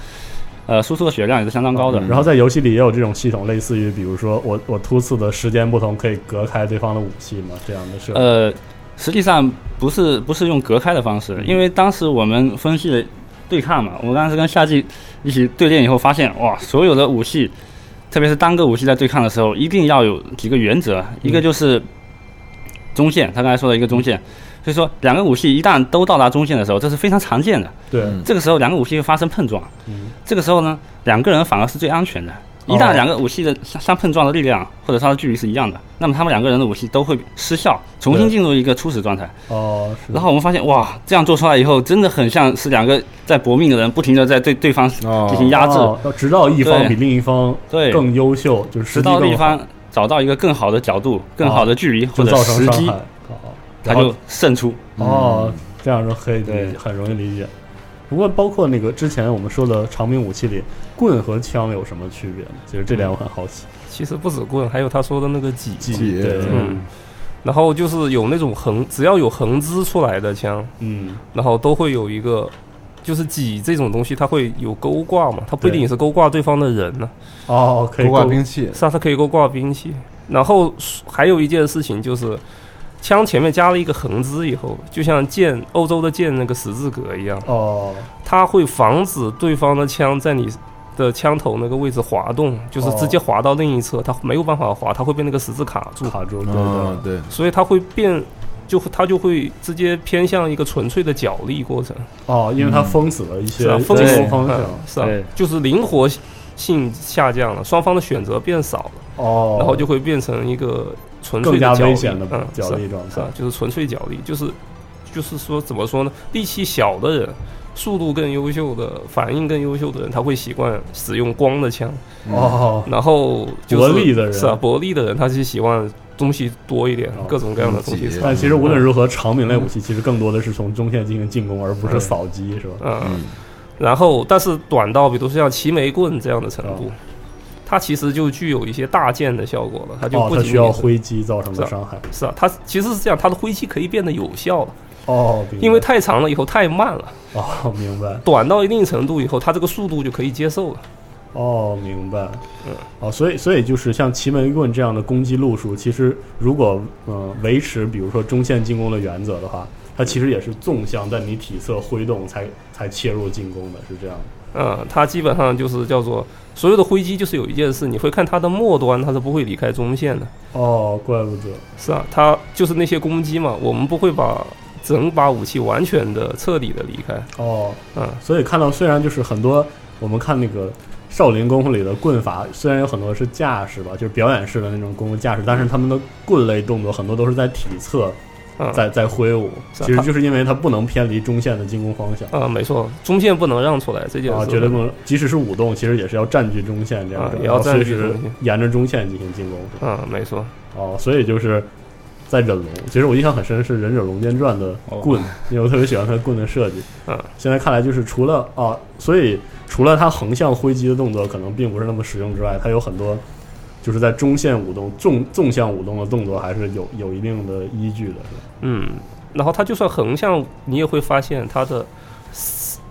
[SPEAKER 11] 呃，输出的血量也是相当高的。
[SPEAKER 2] 嗯然后在游戏里也有这种系统，类似于比如说我我突刺的时间不同，可以隔开对方的武器嘛，这样的设计。
[SPEAKER 11] 呃，实际上不是不是用隔开的方式，因为当时我们分析了对抗嘛，我们当时跟夏季一起对练以后发现，哇，所有的武器，特别是单个武器在对抗的时候，一定要有几个原则，一个就是中线，他刚才说的一个中线。所以说，两个武器一旦都到达中线的时候，这是非常常见的。
[SPEAKER 2] 对
[SPEAKER 11] 这个时候两个武器会发生碰撞，
[SPEAKER 2] 嗯
[SPEAKER 11] 这个时候呢，两个人反而是最安全的。一
[SPEAKER 2] 哦
[SPEAKER 11] 旦两个武器的相相碰撞的力量或者它的距离是一样的，那么他们两个人的武器都会失效，重新
[SPEAKER 2] 对
[SPEAKER 11] 进入一个初始状态。
[SPEAKER 2] 哦，是的
[SPEAKER 11] 然后我们发现，哇，这样做出来以后，真的很像是两个在搏命的人，不停的在对对方进行压制，
[SPEAKER 2] 哦直到一方
[SPEAKER 11] 对
[SPEAKER 2] 比另一方
[SPEAKER 11] 对
[SPEAKER 2] 更优秀，就是实
[SPEAKER 11] 直
[SPEAKER 2] 力
[SPEAKER 11] 到
[SPEAKER 2] 更
[SPEAKER 11] 另一
[SPEAKER 2] 好
[SPEAKER 11] 方找到一个更好的角度、更好的距离
[SPEAKER 2] 哦
[SPEAKER 11] 或者
[SPEAKER 2] 就造成
[SPEAKER 11] 时
[SPEAKER 2] 伤
[SPEAKER 11] 机嗯
[SPEAKER 2] 害，哦
[SPEAKER 11] 他
[SPEAKER 2] 然后
[SPEAKER 11] 就胜出。
[SPEAKER 2] 哦，这样说可以理解，很容易理解。不过，包括那个之前我们说的长柄武器里，棍和枪有什么区别呢？其实这
[SPEAKER 11] 嗯
[SPEAKER 2] 点我很好奇。
[SPEAKER 10] 其实不止棍，还有他说的那个戟。
[SPEAKER 2] 戟
[SPEAKER 10] 对
[SPEAKER 2] 对，
[SPEAKER 10] 嗯。然后就是有那种横，只要有横支出来的枪，
[SPEAKER 2] 嗯，
[SPEAKER 10] 然后都会有一个，就是戟这种东西，它会有勾挂嘛，它不一定
[SPEAKER 2] 对
[SPEAKER 10] 也是勾挂对方的人呢、
[SPEAKER 2] 哦，可以勾
[SPEAKER 10] 是啊，它可以勾挂兵器。然后还有一件事情就是，枪前面加了一个横支以后，就像剑欧洲的剑那个十字格一样，
[SPEAKER 2] 哦，
[SPEAKER 10] 它会防止对方的枪在你的枪头那个位置滑动，就是直接滑到另一侧，它没有办法滑，它会被那个十字卡住。
[SPEAKER 2] 卡住，
[SPEAKER 11] 嗯
[SPEAKER 9] 对对哦对
[SPEAKER 10] 所以它会变，就它就会直接偏向一个纯粹的角力过程。
[SPEAKER 2] 哦，因
[SPEAKER 11] 嗯
[SPEAKER 2] 为它封死了一些
[SPEAKER 10] 是啊，封
[SPEAKER 2] 进
[SPEAKER 10] 锁
[SPEAKER 2] 攻方向
[SPEAKER 10] 嗯，是啊，就是灵活性下降了，双方的选择变少了，
[SPEAKER 2] 哦
[SPEAKER 10] 然后就会变成一个纯粹
[SPEAKER 2] 更
[SPEAKER 10] 的
[SPEAKER 2] 加
[SPEAKER 10] 角
[SPEAKER 2] 危
[SPEAKER 10] 力
[SPEAKER 2] 险的
[SPEAKER 10] 嗯
[SPEAKER 2] 角
[SPEAKER 10] 是啊
[SPEAKER 2] 力状态
[SPEAKER 10] 是啊，就是纯粹角力，就是就是说怎么说呢？力气小的人，速度更优秀的，反应更优秀的人，他会习惯使用光的枪，
[SPEAKER 2] 哦
[SPEAKER 10] 然后就
[SPEAKER 2] 薄
[SPEAKER 10] 是
[SPEAKER 2] 力的人哦
[SPEAKER 10] 是啊，薄力的人他是喜欢东西多一点，各种各样的东西。
[SPEAKER 2] 但其实无论如何，长柄类武器其实更多的是从中线进行进攻，而不是扫击，是吧？
[SPEAKER 10] 嗯，然后但是短到比如说像齐眉棍这样的程
[SPEAKER 2] 哦
[SPEAKER 10] 度，它其实就具有一些大剑的效果了，它就
[SPEAKER 2] 哦
[SPEAKER 10] 不
[SPEAKER 2] 它
[SPEAKER 10] 仅
[SPEAKER 2] 需要
[SPEAKER 10] 仅是
[SPEAKER 2] 挥击造成的
[SPEAKER 10] 是啊
[SPEAKER 2] 伤害。
[SPEAKER 10] 是啊，它其实是这样，它的挥击可以变得有效了，
[SPEAKER 2] 哦，明白
[SPEAKER 10] 因为太长了以后太慢了，
[SPEAKER 2] 哦，明白。
[SPEAKER 10] 短到一定程度以后，它这个速度就可以接受了。
[SPEAKER 2] 哦，明白。哦，所以所以就是像奇门棍这样的攻击路数，其实如果嗯、呃维持比如说中线进攻的原则的话，它其实也是纵向在你体侧挥动才才切入进攻的，是这样的。
[SPEAKER 10] 嗯，它基本上就是叫做所有的挥击，就是有一件事，你会看它的末端，它是不会离开中线的。
[SPEAKER 2] 哦，怪不得。
[SPEAKER 10] 是啊，它就是那些攻击嘛，我们不会把整把武器完全的、彻底的离开。
[SPEAKER 2] 哦，
[SPEAKER 10] 嗯，
[SPEAKER 2] 所以看到虽然就是很多我们看那个少林功夫里的棍法，虽然有很多是架势吧，就是表演式的那种功夫架势，但是他们的棍类动作很多都是在体侧
[SPEAKER 10] 嗯
[SPEAKER 2] 在在挥舞，
[SPEAKER 10] 是啊
[SPEAKER 2] 其实
[SPEAKER 10] 它
[SPEAKER 2] 就是因为它不能偏离中线的进攻方向。
[SPEAKER 10] 啊，没错，中线不能让出来这件事，
[SPEAKER 2] 啊，绝对不能！即使是舞动，其实也是要占据中线这样
[SPEAKER 10] 啊
[SPEAKER 2] 整，
[SPEAKER 10] 也要
[SPEAKER 2] 然后随
[SPEAKER 10] 占据
[SPEAKER 2] 时
[SPEAKER 10] 中线
[SPEAKER 2] 沿着中线进行进攻。
[SPEAKER 10] 啊嗯，没错。
[SPEAKER 2] 啊哦，所以就是在忍龙，其实我印象很深是《忍者龙剑传》的棍，因为我特别喜欢它棍的设计。
[SPEAKER 10] 哦 嗯，
[SPEAKER 2] 现在看来就是除了啊，所以除了它横向挥击的动作可能并不是那么实用之外，它有很多就是在中线舞动、纵纵向舞动的动作还是有有一定的依据的，是吧？
[SPEAKER 10] 嗯，然后它就算横向，你也会发现它的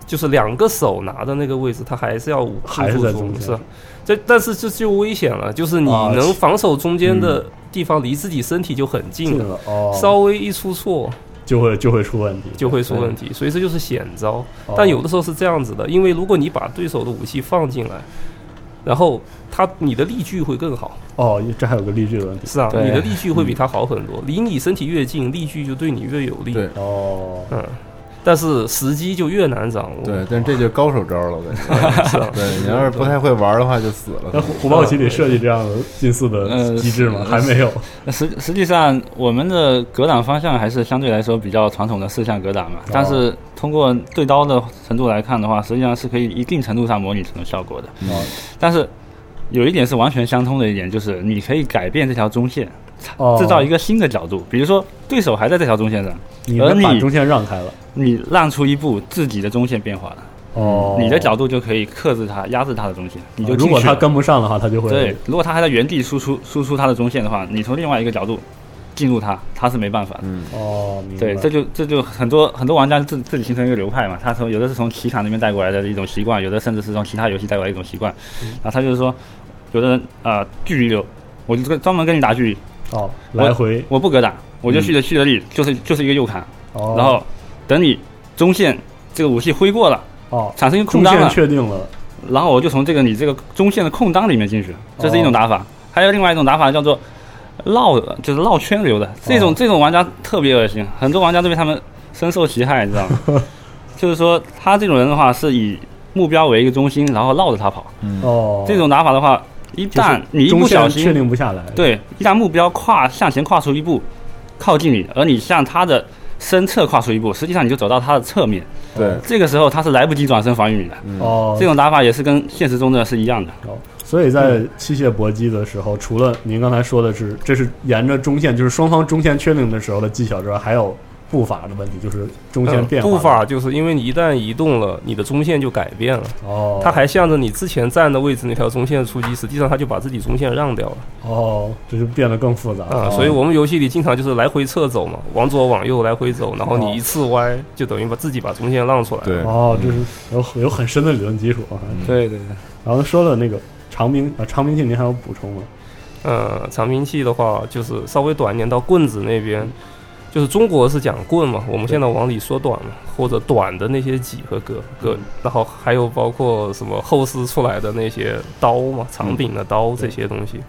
[SPEAKER 10] 就是两个手拿的那个位置，它还是要捂
[SPEAKER 2] 还是在中
[SPEAKER 10] 住
[SPEAKER 2] 间
[SPEAKER 10] 是吧？这但是这就危险了，就是你
[SPEAKER 2] 啊
[SPEAKER 10] 能防守中间
[SPEAKER 2] 嗯
[SPEAKER 10] 的地方离自己身体就很近
[SPEAKER 2] 近了哦
[SPEAKER 10] 稍微一出错
[SPEAKER 2] 就会就会出问题，
[SPEAKER 10] 就会出问
[SPEAKER 2] 嗯
[SPEAKER 10] 题，所以这就是险招
[SPEAKER 2] 哦。
[SPEAKER 10] 但有的时候是这样子的，因为如果你把对手的武器放进来，然后他你的力距会更好，
[SPEAKER 2] 哦，这还有个例句的问题，
[SPEAKER 10] 是啊，你的力距会比他好很多，离你身体越近，力距就对你越有利。
[SPEAKER 9] 嗯对
[SPEAKER 2] 哦，
[SPEAKER 10] 嗯，但是时机就越难掌握。
[SPEAKER 9] 对，但这就高手招了，我
[SPEAKER 10] 是
[SPEAKER 9] 感
[SPEAKER 10] 啊
[SPEAKER 9] 觉。对你要是不太会玩的话，就死了。
[SPEAKER 2] 那
[SPEAKER 10] 哦
[SPEAKER 2] 虎虎豹骑里设计这样的近似
[SPEAKER 10] 呃
[SPEAKER 2] 的机制吗？还没有。
[SPEAKER 11] 实实际上，我们的格挡方向还是相对来说比较传统的四项格挡
[SPEAKER 2] 哦
[SPEAKER 11] 嘛，但是通过对刀的程度来看的话，实际上是可以一定程度上模拟这种效果的。
[SPEAKER 9] 哦
[SPEAKER 11] 但是有一点是完全相通的一点，就是你可以改变这条中线
[SPEAKER 2] 哦，
[SPEAKER 11] 制造一个新的角度，比如说对手还在这条中线上，
[SPEAKER 2] 你
[SPEAKER 11] 而
[SPEAKER 10] 呃
[SPEAKER 2] 们把中线让开了，
[SPEAKER 11] 你让出一步，自己的中线变化了。
[SPEAKER 2] 哦
[SPEAKER 11] 你的角度就可以克制它，压制它的中线，你就
[SPEAKER 2] 如果
[SPEAKER 11] 进去
[SPEAKER 2] 他
[SPEAKER 11] 了
[SPEAKER 2] 跟不上的话，他就会
[SPEAKER 11] 对，如果他还在原地输出输出他的中线的话，你从另外一个角度进入他，他是没办法的。
[SPEAKER 9] 嗯，
[SPEAKER 2] 哦，明白
[SPEAKER 11] 对，这就这就很多很多玩家自自己形成一个流派嘛，他从有的是从棋卡那边带过来的一种习惯，有的甚至是从其他游戏带过来一种习惯。
[SPEAKER 2] 嗯
[SPEAKER 11] 然后他就是说，有的人啊、呃距离流，我就跟专门跟你打距离，
[SPEAKER 2] 哦，
[SPEAKER 11] 我
[SPEAKER 2] 来回嗯
[SPEAKER 11] 我不格挡，我就蓄着蓄着力，就是就是一个右砍，
[SPEAKER 2] 哦
[SPEAKER 11] 然后等你中线这个武器挥过了，
[SPEAKER 2] 哦，
[SPEAKER 11] 产生一个空
[SPEAKER 2] 中
[SPEAKER 11] 档
[SPEAKER 2] 线
[SPEAKER 11] 了，
[SPEAKER 2] 确定了，
[SPEAKER 11] 然后我就从这个你这个中线的空档里面进去，这是一种打
[SPEAKER 2] 哦
[SPEAKER 11] 法。还有另外一种打法叫做绕，就是绕圈流
[SPEAKER 2] 哦
[SPEAKER 11] 的。这种、这种玩家特别恶心，很多玩家都被他们深受其害，你知道 吗？就是说他这种人的话是以目标为一个中心，然后绕着他跑。嗯
[SPEAKER 2] 哦，
[SPEAKER 11] 这种打法的话，一
[SPEAKER 2] 就是
[SPEAKER 11] 旦你一
[SPEAKER 2] 中
[SPEAKER 11] 不小
[SPEAKER 2] 线
[SPEAKER 11] 心
[SPEAKER 2] 确定不下来，
[SPEAKER 11] 对，一旦目标跨向前跨出一步，靠近你，而你向他的身侧跨出一步，实际上你就走到他的侧面。
[SPEAKER 9] 对
[SPEAKER 11] 这个时候他是来不及转身防御你的。
[SPEAKER 2] 哦
[SPEAKER 11] 这种打法也是跟现实中的是一样的。
[SPEAKER 2] 所以在器械搏击的时候，除了您刚才说的是，这是沿着中线，就是双方中线确定的时候的技巧之外，还有步法的问题，就是中线
[SPEAKER 10] 嗯
[SPEAKER 2] 变化。
[SPEAKER 11] 呃
[SPEAKER 10] 步法就是因为你一旦移动了，你的中线就改变了。
[SPEAKER 2] 哦，
[SPEAKER 10] 它还向着你之前站的位置那条中线出击，实际上它就把自己中线让掉了
[SPEAKER 2] 哦，这就变得更复杂
[SPEAKER 10] 啊、
[SPEAKER 11] 呃
[SPEAKER 2] 了。
[SPEAKER 10] 所以我们游戏里经常就是来回侧走嘛，往左往右来回走，然后你一次歪，就等于把自己把中线让出来了。
[SPEAKER 2] 哦，这是有有很深的理论基础啊。
[SPEAKER 10] 对对对。
[SPEAKER 2] 然后说了那个长兵啊，长兵器您还有补充吗？
[SPEAKER 10] 呃，长兵器的话，就是稍微短一点，到棍子那边，就是中国是讲棍嘛，我们现在往里缩短了，或者短的那些戟和戈戈，然后还有包括什么后世出来的那些刀嘛，长柄的刀这些东西，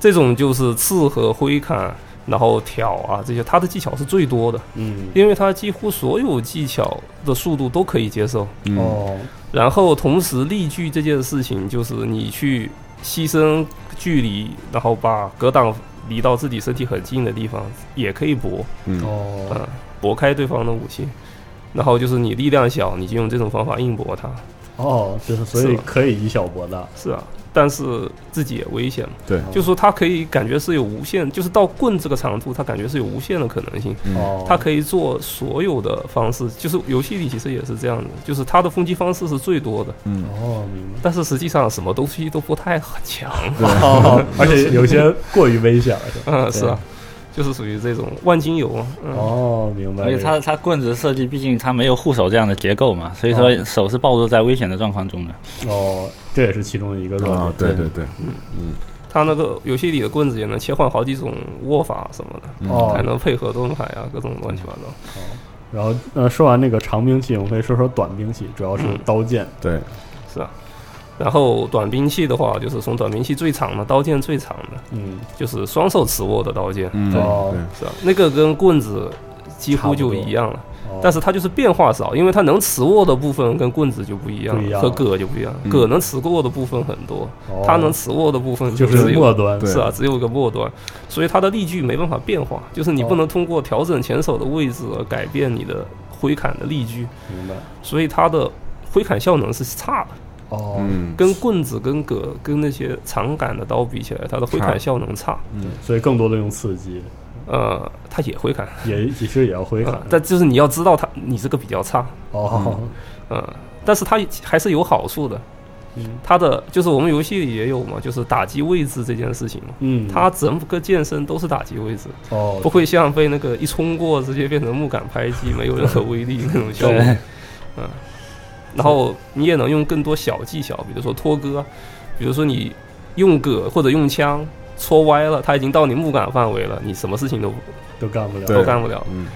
[SPEAKER 10] 这种就是刺和挥砍，然后挑啊这些，它的技巧是最多的，
[SPEAKER 2] 嗯，
[SPEAKER 10] 因为它几乎所有技巧的速度都可以接受，
[SPEAKER 2] 嗯哦，
[SPEAKER 10] 然后同时力距这件事情，就是你去牺牲距离，然后把格挡离到自己身体很近的地方，也可以搏，
[SPEAKER 9] 嗯
[SPEAKER 2] 哦
[SPEAKER 10] 嗯，搏开对方的武器。然后就是你力量小，你就用这种方法硬搏他。
[SPEAKER 2] 哦，就是所
[SPEAKER 10] 是
[SPEAKER 2] 以
[SPEAKER 10] 吧
[SPEAKER 2] 可以以小博大。
[SPEAKER 10] 是啊，但是自己也危险嘛。
[SPEAKER 9] 对
[SPEAKER 10] 就说他可以感觉是有无限，就是到棍这个长度，他感觉是有无限的可能性。
[SPEAKER 2] 哦
[SPEAKER 10] 他可以做所有的方式，就是游戏里其实也是这样的，就是他的攻击方式是最多的。
[SPEAKER 9] 嗯，
[SPEAKER 2] 哦，明白。
[SPEAKER 10] 但是实际上什么东西都不太强，
[SPEAKER 2] 哦， 而且有些过于危险了，是吧？
[SPEAKER 10] 嗯是啊，就是属于这种万金油啊。嗯、
[SPEAKER 2] 哦，明
[SPEAKER 11] 而且它它棍子设计，毕竟它没有护手这样的结构嘛，所以说
[SPEAKER 2] 哦
[SPEAKER 11] 手是暴露在危险的状况中的。
[SPEAKER 2] 哦，这也是其中的一个弱点。
[SPEAKER 9] 啊，对对对，
[SPEAKER 10] 嗯，它那个游戏里的棍子也能切换好几种握法什么的，
[SPEAKER 2] 哦
[SPEAKER 10] 还能配合盾牌啊，各种乱七八糟。
[SPEAKER 2] 然后呃，说完那个长兵器，我们可以说说短兵器，主要是
[SPEAKER 10] 嗯
[SPEAKER 2] 刀剑。
[SPEAKER 9] 对，
[SPEAKER 10] 是啊。然后短兵器的话，就是从短兵器最长的刀剑最长的，
[SPEAKER 2] 嗯，
[SPEAKER 10] 就是双手持握的刀剑，
[SPEAKER 9] 嗯
[SPEAKER 10] 对
[SPEAKER 2] 哦
[SPEAKER 10] 是啊，那个跟棍子几乎就一样了
[SPEAKER 2] 多哦，
[SPEAKER 10] 但是它就是变化少，因为它能持握的部分跟棍子就不一样
[SPEAKER 2] 不一
[SPEAKER 10] 了，
[SPEAKER 2] 样
[SPEAKER 10] 和戈就不一样了，
[SPEAKER 9] 嗯
[SPEAKER 10] 戈能持握的部分很多
[SPEAKER 2] 哦，
[SPEAKER 10] 它能持握的部分
[SPEAKER 2] 就是
[SPEAKER 10] 只有
[SPEAKER 2] 末端
[SPEAKER 10] 是啊
[SPEAKER 2] 对，
[SPEAKER 10] 只有个末端，所以它的力距没办法变化，就是你不能通过调整前手的位置而改变你的挥砍的力距，
[SPEAKER 2] 明白。
[SPEAKER 10] 所以它的挥砍效能是差的。
[SPEAKER 2] 哦，
[SPEAKER 9] 嗯，
[SPEAKER 10] 跟棍子、跟戈、跟那些长杆的刀比起来，它的挥
[SPEAKER 9] 差
[SPEAKER 10] 砍效能差。
[SPEAKER 9] 嗯
[SPEAKER 2] 所以更多的用刺激。
[SPEAKER 10] 呃，他也会看，
[SPEAKER 2] 也其实也要会看
[SPEAKER 10] 呃，但就是你要知道他你这个比较差
[SPEAKER 2] 哦，
[SPEAKER 10] 嗯，呃但是它还是有好处的。
[SPEAKER 2] 嗯
[SPEAKER 10] 它的就是我们游戏里也有嘛，就是打击位置这件事情嘛。
[SPEAKER 2] 嗯
[SPEAKER 10] 它整个剑身都是打击位置，
[SPEAKER 2] 哦
[SPEAKER 10] 不会像被那个一冲过直接变成木杆拍击，没有任何威力那种效果
[SPEAKER 2] 对。
[SPEAKER 10] 嗯，然后你也能用更多小技巧，比如说拖戈，比如说你用戈或者用枪戳歪了，它已经到你木杆范围了，你什么事情都
[SPEAKER 2] 都干不了
[SPEAKER 10] 都干不了。
[SPEAKER 9] 嗯。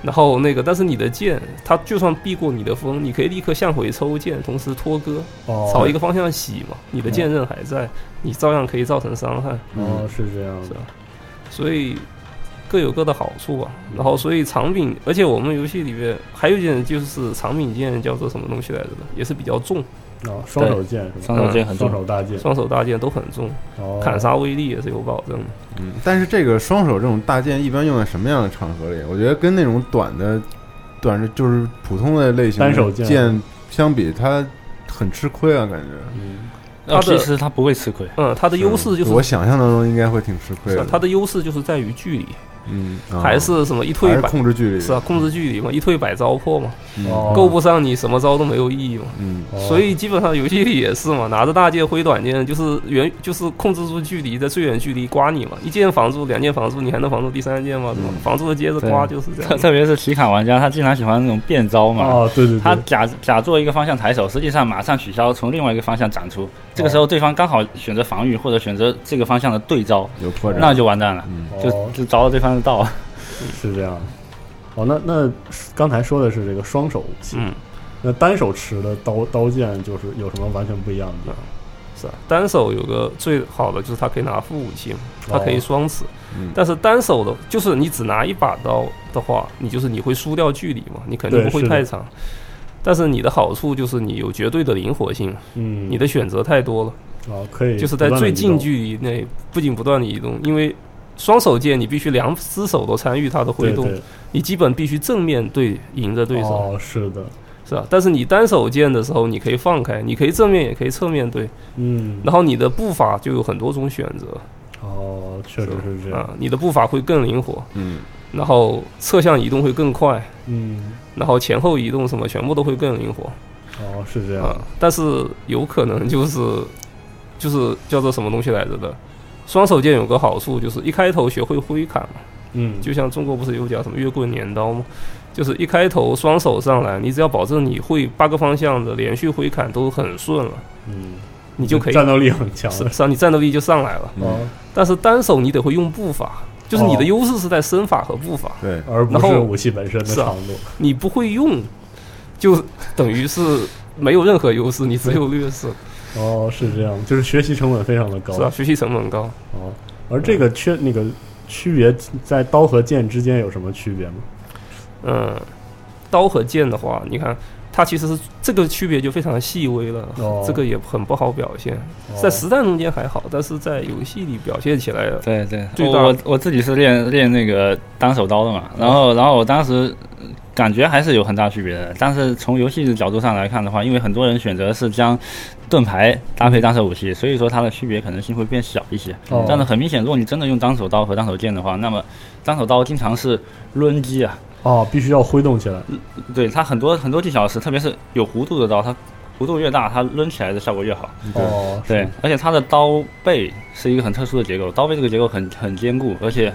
[SPEAKER 10] 然后那个，但是你的剑，它就算避过你的风，你可以立刻向回抽剑，同时拖戈，
[SPEAKER 2] 哦
[SPEAKER 10] 朝一个方向洗嘛。你的剑刃还在，你照样可以造成伤害。
[SPEAKER 2] 哦，是这样的，
[SPEAKER 10] 所以各有各的好处吧。然后，所以长柄，而且我们游戏里面还有一件就是长柄剑叫做什么东西来着的，也是比较重。
[SPEAKER 2] 哦双手剑是吧双手剑很重双手大剑
[SPEAKER 10] 双手大剑都很重，
[SPEAKER 2] 哦
[SPEAKER 10] 砍杀威力也是有保证的。
[SPEAKER 9] 嗯，但是这个双手这种大剑一般用在什么样的场合里？我觉得跟那种短的、短的，就是普通的类型的
[SPEAKER 2] 单手剑
[SPEAKER 9] 剑相比，它很吃亏啊，感觉。
[SPEAKER 2] 嗯，
[SPEAKER 10] 它的
[SPEAKER 11] 哦它不会吃亏
[SPEAKER 10] 嗯，它的优势就是
[SPEAKER 9] 我想象当中应该会挺吃亏
[SPEAKER 10] 是
[SPEAKER 9] 的
[SPEAKER 10] 啊。它的优势就是在于距离，
[SPEAKER 9] 嗯啊
[SPEAKER 10] 还是什么一
[SPEAKER 9] 还
[SPEAKER 10] 退
[SPEAKER 9] 是
[SPEAKER 10] 百
[SPEAKER 9] 控制距离
[SPEAKER 10] 是啊，控制距离嘛，一退百招破嘛
[SPEAKER 9] 嗯哦，
[SPEAKER 10] 够不上你什么招都没有意义嘛，
[SPEAKER 9] 嗯
[SPEAKER 2] 哦
[SPEAKER 10] 所以基本上游戏里也是嘛，拿着大剑挥短剑，就是远就是控制住距离，在最远距离刮你嘛，一剑防住，两剑防住，你还能防住第三剑吗？对吧？
[SPEAKER 2] 嗯
[SPEAKER 10] 防住了接着
[SPEAKER 2] 啊
[SPEAKER 10] 刮就是这样
[SPEAKER 11] 特， 特别是体卡玩家，他经常喜欢那种变招嘛。
[SPEAKER 2] 哦对对对
[SPEAKER 11] 他假假做一个方向抬手，实际上马上取消，从另外一个方向斩出。这个时候对方刚好选择防御或者选择这个方向的对招，
[SPEAKER 9] 有破绽
[SPEAKER 11] 那就完蛋了，就
[SPEAKER 2] 哦
[SPEAKER 11] 就着了对方的道。
[SPEAKER 2] 是这样的。哦，那那刚才说的是这个双手武器，
[SPEAKER 10] 嗯，
[SPEAKER 2] 那单手持的刀刀剑就是有什么完全不一样的地方？
[SPEAKER 10] 是啊，单手有个最好的就是它可以拿副武器嘛，它
[SPEAKER 2] 哦
[SPEAKER 10] 可以双持。
[SPEAKER 9] 嗯
[SPEAKER 10] 但是单手的，就是你只拿一把刀的话，你就是你会输掉距离嘛，你肯定
[SPEAKER 2] 对
[SPEAKER 10] 不会
[SPEAKER 2] 是的
[SPEAKER 10] 太长。但是你的好处就是你有绝对的灵活性，
[SPEAKER 2] 嗯
[SPEAKER 10] 你的选择太多了，
[SPEAKER 2] 哦，可以
[SPEAKER 10] 就是在
[SPEAKER 2] 不断地
[SPEAKER 10] 最
[SPEAKER 2] 移
[SPEAKER 10] 近
[SPEAKER 2] 动
[SPEAKER 10] 距离内不仅不断的移动，因为双手剑你必须两只手都参与它的挥
[SPEAKER 2] 对
[SPEAKER 10] 动，
[SPEAKER 2] 对
[SPEAKER 10] 你基本必须正面对迎着对手。
[SPEAKER 2] 哦，是的，
[SPEAKER 10] 是吧？但是你单手剑的时候，你可以放开，你可以正面也可以侧面对，
[SPEAKER 2] 嗯
[SPEAKER 10] 然后你的步伐就有很多种选择，
[SPEAKER 2] 哦，确实是这
[SPEAKER 10] 啊
[SPEAKER 2] 样，，
[SPEAKER 10] 你的步伐会更灵活，
[SPEAKER 9] 嗯，
[SPEAKER 10] 然后侧向移动会更快，
[SPEAKER 2] 嗯，
[SPEAKER 10] 然后前后移动什么全部都会更灵活，
[SPEAKER 2] 哦，是这样
[SPEAKER 10] 啊，但是有可能就是就是叫做什么东西来着的。双手剑有个好处，就是一开头学会挥砍嘛，
[SPEAKER 2] 嗯，
[SPEAKER 10] 就像中国不是有讲什么越棍镰刀吗？就是一开头双手上来，你只要保证你会八个方向的连续挥砍都很顺了，
[SPEAKER 2] 嗯，
[SPEAKER 10] 你就可以
[SPEAKER 2] 战斗力很强
[SPEAKER 10] 是是啊，你战斗力就上来了。
[SPEAKER 2] 哦
[SPEAKER 10] 但是单手你得会用步法，就是你
[SPEAKER 2] 哦
[SPEAKER 10] 的优势是在身法和步法，
[SPEAKER 9] 对
[SPEAKER 2] 而不
[SPEAKER 10] 然后
[SPEAKER 2] 是武器本身的
[SPEAKER 10] 是啊
[SPEAKER 2] 长度。
[SPEAKER 10] 你不会用，就等于是没有任何优势，你只有劣势，
[SPEAKER 2] 哦，是这样，啊就是学习成本非常的高。
[SPEAKER 10] 是吧？学习成本高。
[SPEAKER 2] 哦，而这个缺那个区别在刀和剑之间有什么区别吗？
[SPEAKER 10] 嗯，刀和剑的话，你看它其实是这个区别就非常细微了，
[SPEAKER 2] 哦
[SPEAKER 10] 这个也很不好表现。在实战中间还好，但是在游戏里表现起来，
[SPEAKER 11] 对对，
[SPEAKER 10] 最
[SPEAKER 11] 我
[SPEAKER 10] 大
[SPEAKER 11] 我我自己是练练那个单手刀的嘛，然
[SPEAKER 10] 嗯
[SPEAKER 11] 后然后我当时呃感觉还是有很大区别的，但是从游戏的角度上来看的话，因为很多人选择是将盾牌搭配单手武器，所以说它的区别可能性会变小一些。
[SPEAKER 2] 哦
[SPEAKER 11] 但是很明显，如果你真的用单手刀和单手剑的话，那么单手刀经常是抡击啊，
[SPEAKER 2] 哦，必须要挥动起来。
[SPEAKER 11] 嗯对它很多很多技巧是，特别是有弧度的刀，它弧度越大，它抡起来的效果越好。
[SPEAKER 2] 哦，
[SPEAKER 11] 对，而且它的刀背是一个很特殊的结构，刀背这个结构很很坚固，而且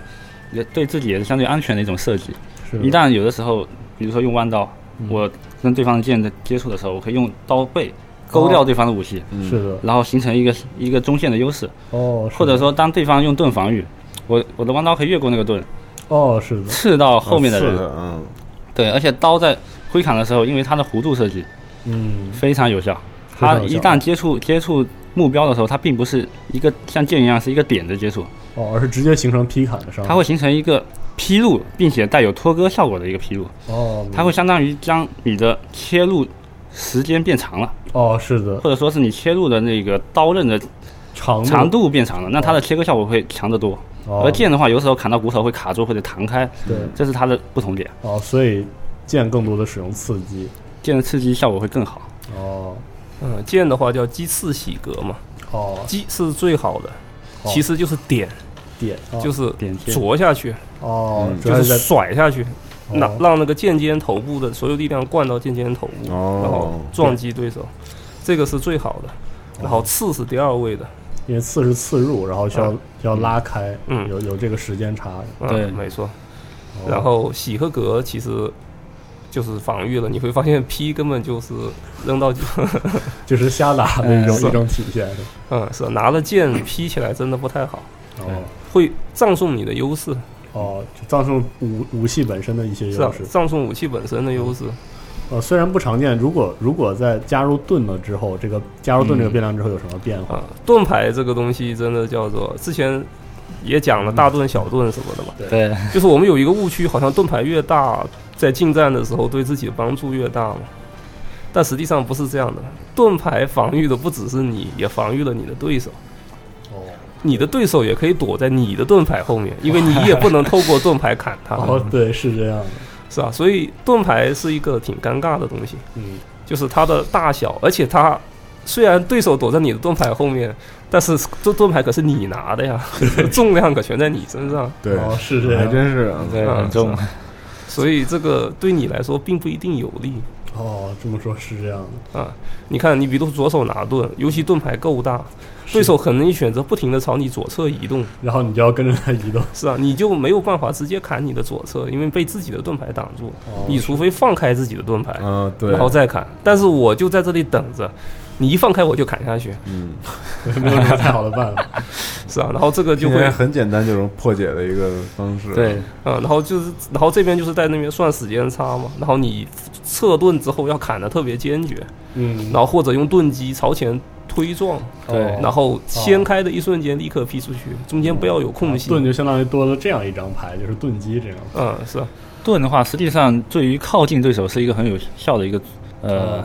[SPEAKER 11] 也对自己也是相对安全的一种设计。
[SPEAKER 2] 是嗯
[SPEAKER 11] 一旦有的时候，比如说用弯刀，我跟对方的剑的接触的时候，我可以用刀背勾掉对方的武器，
[SPEAKER 2] 嗯是的
[SPEAKER 11] 然后形成一个一个中线的优势。
[SPEAKER 2] 哦，是
[SPEAKER 11] 嗯或者
[SPEAKER 2] 的
[SPEAKER 11] 说，当对方用盾防御，我我的弯刀可以越过那个盾，
[SPEAKER 2] 哦，是的，
[SPEAKER 11] 刺到后
[SPEAKER 2] 啊
[SPEAKER 11] 面的人。
[SPEAKER 9] 是的嗯，
[SPEAKER 11] 对，而且刀在挥砍的时候，因为它的弧度设计，
[SPEAKER 2] 嗯，
[SPEAKER 11] 非常有效。
[SPEAKER 2] 非
[SPEAKER 11] 它
[SPEAKER 2] 常有效
[SPEAKER 11] 一旦接触接触目标的时候，它并不是一个像剑一样是一个点的接触，
[SPEAKER 2] 哦，而是直接形成劈砍的伤害。
[SPEAKER 11] 它会形成一个披露，并且带有脱钩效果的一个披露。
[SPEAKER 2] 哦，
[SPEAKER 11] 它会相当于将你的切入时间变长了，
[SPEAKER 2] 哦，是的，
[SPEAKER 11] 或者说是你切入的那个刀刃的
[SPEAKER 2] 长
[SPEAKER 11] 长度变长了，那它的切割效果会强得多。
[SPEAKER 2] 哦
[SPEAKER 11] 而剑的话，有时候砍到骨头会卡住或者弹开，
[SPEAKER 2] 对
[SPEAKER 11] 这是它的不同点，
[SPEAKER 2] 哦，所以剑更多的使用刺激。
[SPEAKER 11] 剑的刺激效果会更好。
[SPEAKER 2] 哦
[SPEAKER 10] 嗯，剑的话叫鸡翅喜格嘛，
[SPEAKER 2] 哦
[SPEAKER 10] 鸡是最好的，其实就是点，
[SPEAKER 2] 点啊
[SPEAKER 10] 就是
[SPEAKER 11] 点嗯贴
[SPEAKER 10] 啄下去，
[SPEAKER 2] 哦主
[SPEAKER 10] 就
[SPEAKER 2] 要
[SPEAKER 10] 是
[SPEAKER 2] 是在
[SPEAKER 10] 甩下去，
[SPEAKER 2] 哦
[SPEAKER 10] 那让那个剑尖头部的所有力量灌到剑尖头部，
[SPEAKER 9] 哦
[SPEAKER 10] 然后撞击对手，这个是最好的。
[SPEAKER 2] 哦
[SPEAKER 10] 然后刺是第二位的，
[SPEAKER 2] 因为刺是刺入，然后需要、
[SPEAKER 11] 啊
[SPEAKER 10] 嗯
[SPEAKER 2] 需要拉开，
[SPEAKER 10] 嗯
[SPEAKER 2] 有有这个时间差，
[SPEAKER 10] 嗯没错。
[SPEAKER 2] 哦
[SPEAKER 10] 然后喜和格其实就是防御了，你会发现 P 根本就是扔到
[SPEAKER 2] 就是瞎打的
[SPEAKER 11] 哎
[SPEAKER 2] 一种、
[SPEAKER 10] 是
[SPEAKER 2] 一种体现。
[SPEAKER 10] 嗯，是拿了剑劈起来真的不太好，
[SPEAKER 2] 哦
[SPEAKER 10] 会葬送你的优势，
[SPEAKER 2] 哦，就葬送武武器本身的一些
[SPEAKER 10] 是啊
[SPEAKER 2] 优势，
[SPEAKER 10] 葬送武器本身的优势。
[SPEAKER 2] 呃，虽然不常见，如果如果在加入盾了之后，这个加入盾这个变量之后有什么变化？
[SPEAKER 10] 啊盾牌这个东西真的叫做之前也讲了大盾、小盾什么的嘛，
[SPEAKER 11] 对，
[SPEAKER 10] 就是我们有一个误区，好像盾牌越大，在近战的时候对自己的帮助越大嘛，但实际上不是这样的，盾牌防御的不只是你，也防御了你的对手。
[SPEAKER 11] 嗯
[SPEAKER 10] 你的对手也可以躲在你的盾牌后面，因为你也不能透过盾牌砍他。
[SPEAKER 2] 哦，对，是这样的。
[SPEAKER 10] 是吧？所以盾牌是一个挺尴尬的东西，
[SPEAKER 2] 嗯，
[SPEAKER 10] 就是它的大小，而且它虽然对手躲在你的盾牌后面，但是这盾牌可是你拿的呀， 重量可全在你身上，
[SPEAKER 9] 对，
[SPEAKER 2] 哦是这样
[SPEAKER 9] 还真是啊，
[SPEAKER 10] 嗯
[SPEAKER 11] 很重。
[SPEAKER 10] 所以这个对你来说并不一定有利
[SPEAKER 2] 哦，这么说是这样的。
[SPEAKER 10] 啊。你看，你比如左手拿盾，尤其盾牌够大，对手很容易选择不停的朝你左侧移动，
[SPEAKER 2] 然后你就要跟着它移动。
[SPEAKER 10] 是啊，你就没有办法直接砍你的左侧，因为被自己的盾牌挡住。
[SPEAKER 2] 哦
[SPEAKER 10] 你除非放开自己的盾牌，
[SPEAKER 9] 嗯，对，
[SPEAKER 10] 然后再砍。但是我就在这里等着，你一放开我就砍下去，
[SPEAKER 9] 嗯，
[SPEAKER 2] 没有什么太好的办法。
[SPEAKER 10] 是啊。然后这个就
[SPEAKER 9] 就
[SPEAKER 10] 会，
[SPEAKER 9] 会
[SPEAKER 10] 嗯、
[SPEAKER 9] 很简单就能破解的一个方式，
[SPEAKER 11] 对，
[SPEAKER 10] 然后就是，然后这边就是在那边算时间差嘛。然后你撤盾之后要砍的特别坚决，
[SPEAKER 2] 嗯，
[SPEAKER 10] 然后或者用盾击朝前推撞，
[SPEAKER 11] 对
[SPEAKER 10] 然后掀开的一瞬间立刻劈出去，中间不要有空隙。
[SPEAKER 2] 盾就相当于多了这样一张牌，就是盾击这样。
[SPEAKER 10] 嗯，是啊，
[SPEAKER 11] 盾的话，实际上对于靠近对手是一个很有效的一个呃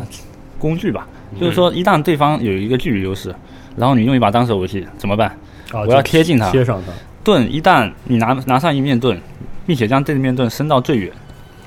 [SPEAKER 11] 工具吧。就是说，一旦对方有一个距离优势，然后你用一把单手武器怎么办？
[SPEAKER 2] 啊，
[SPEAKER 11] 我要
[SPEAKER 2] 就
[SPEAKER 11] 贴近它
[SPEAKER 2] 贴上它。
[SPEAKER 11] 盾一旦你拿拿上一面盾，并且将这面盾伸到最远，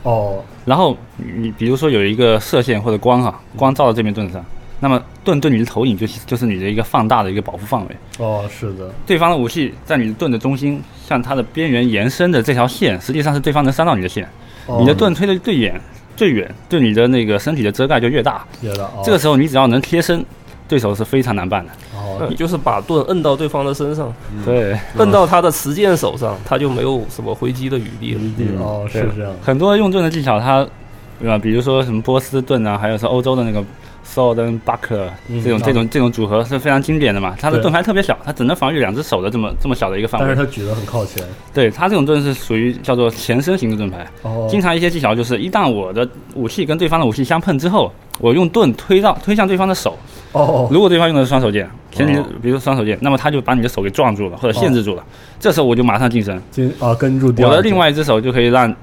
[SPEAKER 2] 哦，
[SPEAKER 11] 然后你比如说有一个射线或者光哈，光照到这面盾上，那么盾对你的投影就是就是你的一个放大的一个保护范围。
[SPEAKER 2] 哦，是的，
[SPEAKER 11] 对方的武器在你的盾的中心向它的边缘延伸的这条线，实际上是对方能伤到你的线。
[SPEAKER 2] 哦
[SPEAKER 11] 你的盾推得最远最远，对你的那个身体的遮盖就越大。
[SPEAKER 2] 觉得哦，
[SPEAKER 11] 这个时候你只要能贴身，对手是非常难办的。
[SPEAKER 2] 哦，
[SPEAKER 10] 嗯就是把盾摁到对方的身上，
[SPEAKER 11] 对，
[SPEAKER 10] 摁到他的持剑手上，他就没有什么回击的余地了。
[SPEAKER 11] 嗯
[SPEAKER 2] 地哦，是这样。
[SPEAKER 11] 很多用盾的技巧它，对吧？比如说什么波斯盾啊，还有是欧洲的那个 sword and buckler
[SPEAKER 2] 嗯
[SPEAKER 11] 这种、
[SPEAKER 2] 啊
[SPEAKER 11] 这种这种组合是非常经典的嘛。它的
[SPEAKER 2] 对
[SPEAKER 11] 盾牌特别小，它只能防御两只手的这么这么小的一个范
[SPEAKER 2] 但是
[SPEAKER 11] 围。
[SPEAKER 2] 它举得很靠前。
[SPEAKER 11] 对，它这种盾是属于叫做前身型的盾牌。
[SPEAKER 2] 哦，
[SPEAKER 11] 经常一些技巧就是，一旦我的武器跟对方的武器相碰之后，我用盾推到推向对方的手。
[SPEAKER 2] 哦，
[SPEAKER 11] 如果对方用的是双手剑，前提是
[SPEAKER 9] 哦
[SPEAKER 11] 比如说双手剑，那么他就把你的手给撞住了或者限制住了，这时候我就马上近身，
[SPEAKER 2] 今啊跟住哦第
[SPEAKER 11] 我
[SPEAKER 2] 二
[SPEAKER 11] 的
[SPEAKER 2] 只
[SPEAKER 11] 另外一只手就可以让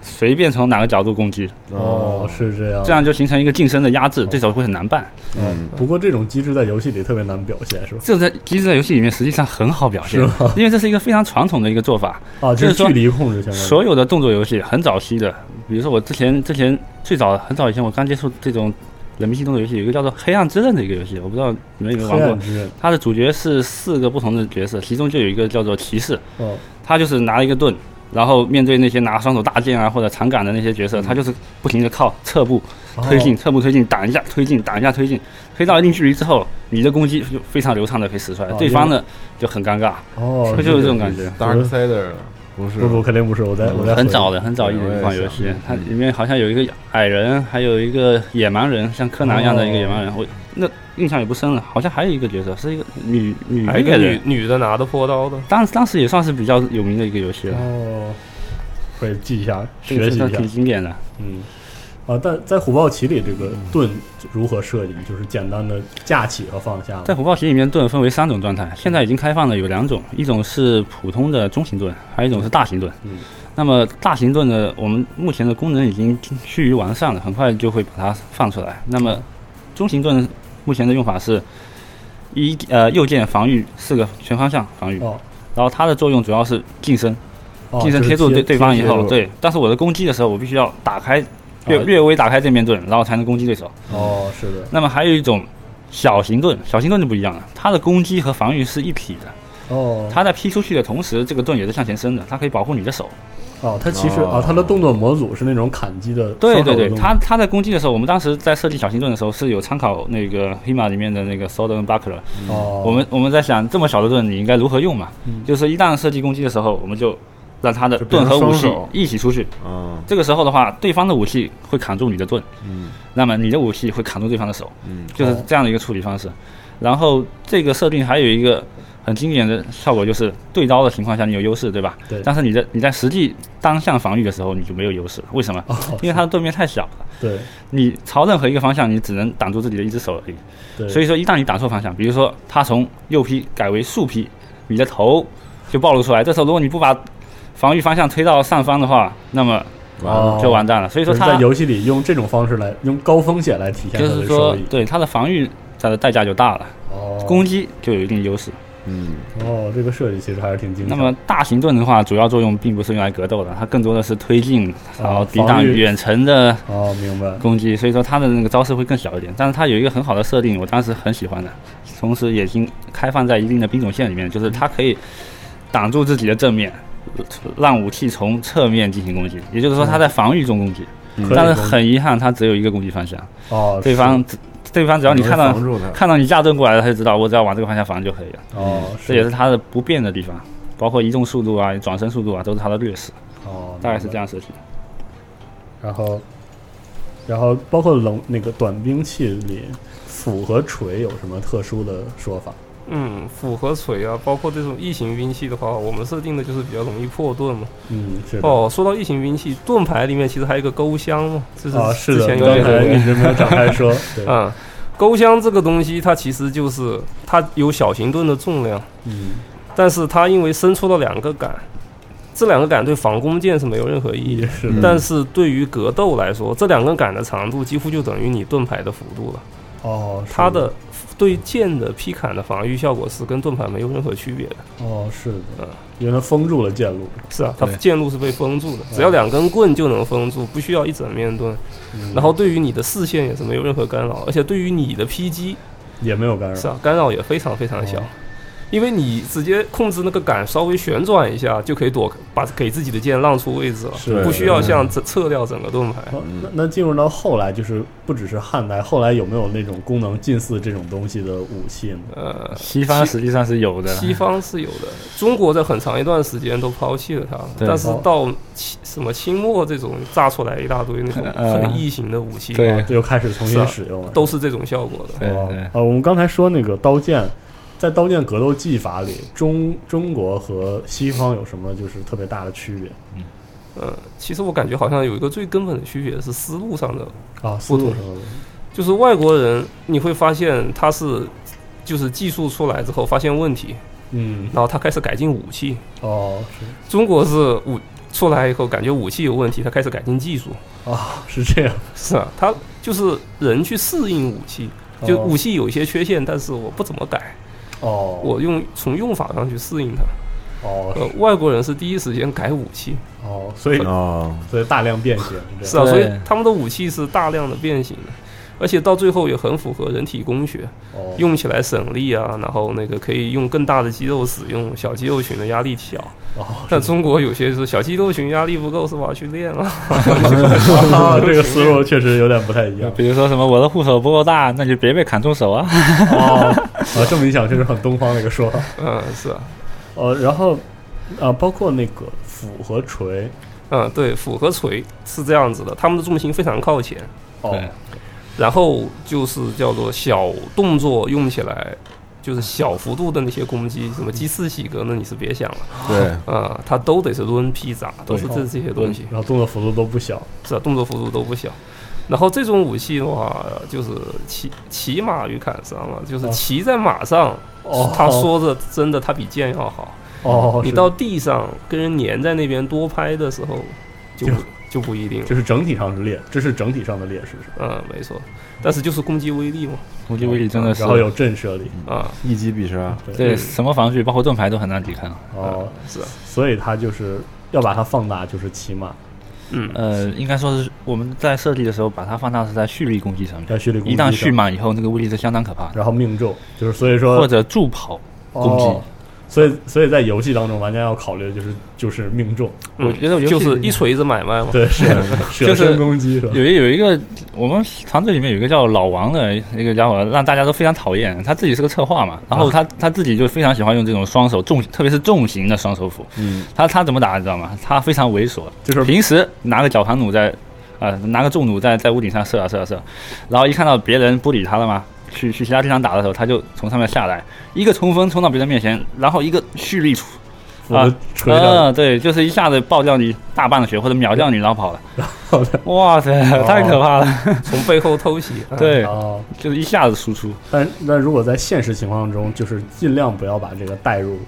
[SPEAKER 11] 随便从哪个角度攻击，
[SPEAKER 2] 哦，是这样。
[SPEAKER 11] 嗯
[SPEAKER 2] 哦
[SPEAKER 11] 这样就形成一个近身的压制，对手会很难办。
[SPEAKER 9] 嗯，
[SPEAKER 2] 不过这种机制在游戏里特别难表现，是吧？
[SPEAKER 11] 这在机制在游戏里面实际上很好表现
[SPEAKER 2] 是吗，
[SPEAKER 11] 因为这是一个非常传统的一个做法。
[SPEAKER 2] 啊，
[SPEAKER 11] 嗯就
[SPEAKER 2] 这
[SPEAKER 11] 是
[SPEAKER 2] 是
[SPEAKER 11] 说
[SPEAKER 2] 距离控制相当于。
[SPEAKER 11] 所有的动作游戏很早期的，比如说我之前之前最早很早以前我刚接触这种冷兵器动作游戏，有一个叫做《黑暗之刃》的一个游戏，我不知道你们有没有玩
[SPEAKER 2] 黑
[SPEAKER 11] 过
[SPEAKER 2] 暗。之刃，
[SPEAKER 11] 它的主角是四个不同的角色，其中就有一个叫做骑士，
[SPEAKER 2] 哦，
[SPEAKER 11] 他就是拿一个盾，然后面对那些拿双手大剑啊或者长杆的那些角色，
[SPEAKER 2] 嗯
[SPEAKER 11] 他就是不停的靠侧步 推
[SPEAKER 2] 哦
[SPEAKER 11] 进，侧步推进，挡一下推进，挡一下推进，推到一定距离之后，你的攻击就非常流畅的可以使出来
[SPEAKER 2] 哦，
[SPEAKER 11] 对方的就很尴尬，
[SPEAKER 2] 哦，
[SPEAKER 11] 就有这种感觉。
[SPEAKER 9] Dark Sider 不是
[SPEAKER 2] 不不，肯定不是，我在我在
[SPEAKER 11] 嗯很早
[SPEAKER 2] 的
[SPEAKER 11] 的，很早一
[SPEAKER 9] 我
[SPEAKER 11] 点
[SPEAKER 9] 也
[SPEAKER 11] 款游
[SPEAKER 9] 想
[SPEAKER 11] 戏，它
[SPEAKER 2] 嗯
[SPEAKER 11] 里面好像有一个矮人，还有一个野蛮人，像柯南一样的一个野
[SPEAKER 2] 哦
[SPEAKER 11] 蛮人。我那印象也不深了，好像还有一个角色是一个女女
[SPEAKER 10] 还有一
[SPEAKER 11] 猎
[SPEAKER 10] 个
[SPEAKER 11] 人
[SPEAKER 10] 女，女的拿着破刀的，
[SPEAKER 11] 当当时也算是比较有名的一个游戏了，
[SPEAKER 2] 哦，可以记一下，
[SPEAKER 11] 这个
[SPEAKER 2] 学习
[SPEAKER 11] 算
[SPEAKER 2] 一
[SPEAKER 11] 挺
[SPEAKER 2] 下，
[SPEAKER 11] 经典的。
[SPEAKER 2] 嗯。啊，但在虎豹骑里，这个盾如何设计？就是简单的架起和放下吗。
[SPEAKER 11] 在虎豹骑里面，盾分为三种状态，现在已经开放了有两种，一种是普通的中型盾，还有一种是大型盾。
[SPEAKER 2] 嗯，
[SPEAKER 11] 那么大型盾呢，我们目前的功能已经趋于完善了，很快就会把它放出来。那么中型盾目前的用法是一呃右键防御四个全方向防御，
[SPEAKER 2] 哦，
[SPEAKER 11] 然后它的作用主要是近身，
[SPEAKER 2] 哦
[SPEAKER 11] 近身
[SPEAKER 2] 就是
[SPEAKER 11] 贴住对对方以
[SPEAKER 2] 贴
[SPEAKER 11] 后，
[SPEAKER 2] 住
[SPEAKER 11] 对，但是我的攻击的时候，我必须要打开略
[SPEAKER 2] 哦
[SPEAKER 11] 略微打开这面盾，然后才能攻击对手。
[SPEAKER 2] 哦，是的，
[SPEAKER 11] 那么还有一种小型盾，小型盾就不一样了，它的攻击和防御是一体的。
[SPEAKER 2] 哦，
[SPEAKER 11] 它在劈出去的同时，这个盾也是向前伸的，它可以保护你的手。
[SPEAKER 2] 哦，它其实啊，它的动作模组是那种砍击的，
[SPEAKER 11] 对对
[SPEAKER 2] 双手的
[SPEAKER 11] 对，
[SPEAKER 2] 动作
[SPEAKER 11] 它它在攻击的时候，我们当时在设计小型盾的时候是有参考那个 HIMA 里面的那个 Sword and Buckler。嗯
[SPEAKER 2] 哦
[SPEAKER 11] 我们我们在想这么小的盾你应该如何用嘛？
[SPEAKER 2] 嗯
[SPEAKER 11] 就是说一旦设计攻击的时候，我们就让它的
[SPEAKER 9] 变
[SPEAKER 11] 盾
[SPEAKER 9] 成
[SPEAKER 11] 和武器
[SPEAKER 9] 双手
[SPEAKER 11] 一起出去。
[SPEAKER 9] 嗯
[SPEAKER 11] 这个时候的话，对方的武器会扛住你的盾，
[SPEAKER 9] 嗯
[SPEAKER 11] 那么你的武器会扛住对方的手，
[SPEAKER 9] 嗯
[SPEAKER 11] 就是这样的一个处理方式。然后这个设定还有一个很经典的效果，就是对刀的情况下你有优势，对吧？
[SPEAKER 2] 对
[SPEAKER 11] 但是你在你在实际当下防御的时候你就没有优势，为什么？因为它的对面太小了。
[SPEAKER 2] 对
[SPEAKER 11] 你朝任何一个方向，你只能挡住自己的一只手而
[SPEAKER 2] 对
[SPEAKER 11] 已。所以说，一旦你打错方向，比如说他从右劈改为竖劈，你的头就暴露出来。这时候如果你不把防御方向推到上方的话，那么
[SPEAKER 2] 哦
[SPEAKER 11] 啊就完蛋了。所以说
[SPEAKER 2] 就是
[SPEAKER 11] 他
[SPEAKER 2] 在游戏里用这种方式来用高风险来体现
[SPEAKER 11] 就
[SPEAKER 2] 它
[SPEAKER 11] 是
[SPEAKER 2] 的
[SPEAKER 11] 说
[SPEAKER 2] 收益。，
[SPEAKER 11] 对他的防御，它的代价就大了，
[SPEAKER 2] 哦
[SPEAKER 11] 攻击就有一定优势。
[SPEAKER 9] 嗯，
[SPEAKER 2] 哦，这个设计其实还是挺精
[SPEAKER 11] 那
[SPEAKER 2] 巧。
[SPEAKER 11] 么大型盾的话，主要作用并不是用来格斗的，它更多的是推进，然后抵
[SPEAKER 2] 啊防
[SPEAKER 11] 挡
[SPEAKER 2] 御
[SPEAKER 11] 远程的
[SPEAKER 2] 哦，明白。
[SPEAKER 11] 攻击，所以说它的那个招式会更小一点。但是它有一个很好的设定，我当时很喜欢的，同时也已经开放在一定的兵种线里面，就是它可以挡住自己的正面，让武器从侧面进行攻击，也就是说它在防御中攻击。
[SPEAKER 2] 嗯
[SPEAKER 11] 但是很遗憾，它只有一个攻击方向。
[SPEAKER 2] 哦，
[SPEAKER 11] 对方只对方只要你看到
[SPEAKER 2] 很容易防住它
[SPEAKER 11] 看到你架盾过来了，他就知道我只要往这个方向防就可以了。
[SPEAKER 2] 哦
[SPEAKER 11] 嗯这也是它的不变的地方，包括移动速度啊、转身速度啊，都是它的劣势。
[SPEAKER 2] 哦，
[SPEAKER 11] 大概是这样设计的。
[SPEAKER 2] 然后，然后包括冷那个短兵器里，斧和锤有什么特殊的说法？
[SPEAKER 10] 嗯，斧和锤啊，包括这种异形兵器的话，我们设定的就是比较容易破盾嘛。
[SPEAKER 2] 嗯，是的
[SPEAKER 10] 哦，说到异形兵器，盾牌里面其实还有一个钩箱嘛，这
[SPEAKER 2] 啊是的
[SPEAKER 10] 之前有
[SPEAKER 2] 刚
[SPEAKER 10] 点
[SPEAKER 2] 才一直没有展开 说对
[SPEAKER 10] 嗯，钩箱这个东西，它其实就是它有小型盾的重量，
[SPEAKER 2] 嗯，
[SPEAKER 10] 但是它因为伸出了两个杆，这两个杆对防弓箭是没有任何意义的。
[SPEAKER 2] 是的
[SPEAKER 10] 但是对于格斗来说，这两根杆的长度几乎就等于你盾牌的幅度了。
[SPEAKER 2] 哦，是
[SPEAKER 10] 它的对剑的劈砍的防御效果是跟盾牌没有任何区别的。
[SPEAKER 2] 哦是的，因为它封住了剑路。
[SPEAKER 10] 是啊，它
[SPEAKER 2] 对
[SPEAKER 10] 剑路是被封住的，只要两根棍就能封住，不需要一整面盾。
[SPEAKER 2] 嗯
[SPEAKER 10] 然后对于你的视线也是没有任何干扰，而且对于你的劈击
[SPEAKER 2] 也没有干扰
[SPEAKER 10] 是啊，干扰也非常非常
[SPEAKER 2] 哦
[SPEAKER 10] 小。因为你直接控制那个杆稍微旋转一下就可以躲，把给自己的剑让出位置了，
[SPEAKER 2] 是
[SPEAKER 10] 不需要
[SPEAKER 2] 是
[SPEAKER 10] 像这撤掉整个盾牌。
[SPEAKER 2] 那那进入到后来，就是不只是汉代，后来有没有那种功能近似这种东西的武器呢？
[SPEAKER 10] 呃，
[SPEAKER 11] 西方实际上是有的，
[SPEAKER 10] 西方是有的，中国在很长一段时间都抛弃了它，
[SPEAKER 11] 对
[SPEAKER 10] 但是到清什么清末这种炸出来一大堆那 种
[SPEAKER 2] 呃
[SPEAKER 10] 很异形的武器，
[SPEAKER 2] 对又开始重新
[SPEAKER 10] 是啊
[SPEAKER 2] 使用了
[SPEAKER 10] 都是这种效果的。
[SPEAKER 2] 哦啊，我们刚才说那个刀剑，在刀剑格斗技法里，中中国和西方有什么就是特别大的区别？嗯，
[SPEAKER 10] 呃，其实我感觉好像有一个最根本的区别是思路上的
[SPEAKER 2] 啊
[SPEAKER 10] 不同
[SPEAKER 2] 思路上的
[SPEAKER 10] 就是外国人你会发现他是就是技术出来之后发现问题，
[SPEAKER 2] 嗯，
[SPEAKER 10] 然后他开始改进武器。
[SPEAKER 2] 哦，
[SPEAKER 10] 中国是武出来以后感觉武器有问题，他开始改进技术。
[SPEAKER 2] 啊，是这样，
[SPEAKER 10] 是啊，他就是人去适应武器，就
[SPEAKER 2] 哦
[SPEAKER 10] 武器有一些缺陷，但是我不怎么改，
[SPEAKER 2] 哦，
[SPEAKER 10] 我用从用法上去适应它。
[SPEAKER 2] 哦
[SPEAKER 10] 呃，外国人是第一时间改武器，
[SPEAKER 2] 哦，所以
[SPEAKER 9] 哦，
[SPEAKER 2] 所以大量变形，
[SPEAKER 10] 是啊，
[SPEAKER 2] 这
[SPEAKER 10] 所以
[SPEAKER 2] 样
[SPEAKER 10] 他们的武器是大量的变形的，而且到最后也很符合人体工学，
[SPEAKER 2] 哦
[SPEAKER 10] 用起来省力啊，然后那个可以用更大的肌肉使用，小肌肉群的压力小。
[SPEAKER 2] 哦
[SPEAKER 10] 但中国有些是小肌肉群压力不够，是吧？去练 啊
[SPEAKER 2] 啊，这个思路确实有点不太一样。
[SPEAKER 11] 比如说什么我的护手不够大，那就别被砍中手 啊。
[SPEAKER 2] 哦，啊，这么一想，这是很东方的一个说法。
[SPEAKER 10] 嗯，是啊。
[SPEAKER 2] 呃，然后啊，包括那个斧和锤，
[SPEAKER 10] 嗯，对，斧和锤是这样子的，他们的重心非常靠前。
[SPEAKER 2] 哦，
[SPEAKER 10] 然后就是叫做小动作用起来，就是小幅度的那些攻击，什么鸡翅喜格，那你是别想了。
[SPEAKER 9] 对
[SPEAKER 10] 啊、它都得是抡劈砸，都是这这些东西。
[SPEAKER 2] 然后动作幅度都不小。
[SPEAKER 10] 是啊，动作幅度都不小。然后这种武器的话，就是骑骑马与砍伤嘛，就是
[SPEAKER 2] 哦
[SPEAKER 10] 骑在马上，
[SPEAKER 2] 哦
[SPEAKER 10] 他说的真的，他比剑要好。
[SPEAKER 2] 哦
[SPEAKER 10] 你
[SPEAKER 2] 是
[SPEAKER 10] 到地上跟人粘在那边多拍的时候，就
[SPEAKER 2] 就
[SPEAKER 10] 不就不一定了。
[SPEAKER 2] 就是整体上是劣，这是整体上的劣势，是吧？
[SPEAKER 10] 嗯，没错，但是就是攻击威力嘛，
[SPEAKER 11] 攻击威力真的是嗯
[SPEAKER 2] 然后有震慑力
[SPEAKER 10] 啊，
[SPEAKER 9] 一击必杀，
[SPEAKER 11] 对，什么防御，包括盾牌都很难抵抗。啊
[SPEAKER 2] 哦，
[SPEAKER 10] 是，
[SPEAKER 2] 所以他就是要把它放大，就是骑马，
[SPEAKER 10] 嗯，
[SPEAKER 11] 呃，应该说是我们在设计的时候把它放大是在蓄力攻击上面，
[SPEAKER 2] 在蓄力攻击
[SPEAKER 11] 一旦蓄
[SPEAKER 2] 上
[SPEAKER 11] 满以后，那个威力是相当可怕的。
[SPEAKER 2] 然后命中，就是所以说
[SPEAKER 11] 或者助跑攻击
[SPEAKER 2] 哦所以所以在游戏当中，玩家要考虑的就是就是 命中。
[SPEAKER 10] 我觉得嗯就是一锤子买卖嘛，
[SPEAKER 2] 对，是
[SPEAKER 11] 就 是
[SPEAKER 2] 舍身攻击是吧？
[SPEAKER 11] 有一有一个我们团队里面有一个叫老王的一个家伙，让大家都非常讨厌。他自己是个策划嘛，
[SPEAKER 2] 啊
[SPEAKER 11] 然后他、他自己就非常喜欢用这种双手重，特别是重型的双手斧。
[SPEAKER 2] 嗯，
[SPEAKER 11] 他他怎么打你知道吗？他非常猥琐，
[SPEAKER 2] 就是
[SPEAKER 11] 平时拿个绞盘弩在，呃，拿个重弩在在屋顶上射啊射啊射，然后一看到别人不理他了嘛，去去其他地方打的时候，他就从上面下来，一个冲锋冲到别人面前，然后一个蓄力出。
[SPEAKER 2] 我
[SPEAKER 11] 啊
[SPEAKER 2] 们，锤上
[SPEAKER 11] 嗯，对，就是一下子爆掉你大半的血，或者秒掉你，然后 跑了。哇塞，太可怕了！
[SPEAKER 10] 从背后偷 袭，嗯
[SPEAKER 11] 对
[SPEAKER 2] 哦，
[SPEAKER 11] 就是一下子输出。
[SPEAKER 2] 但但如果在现实情况中，就是尽量不要把这个带入，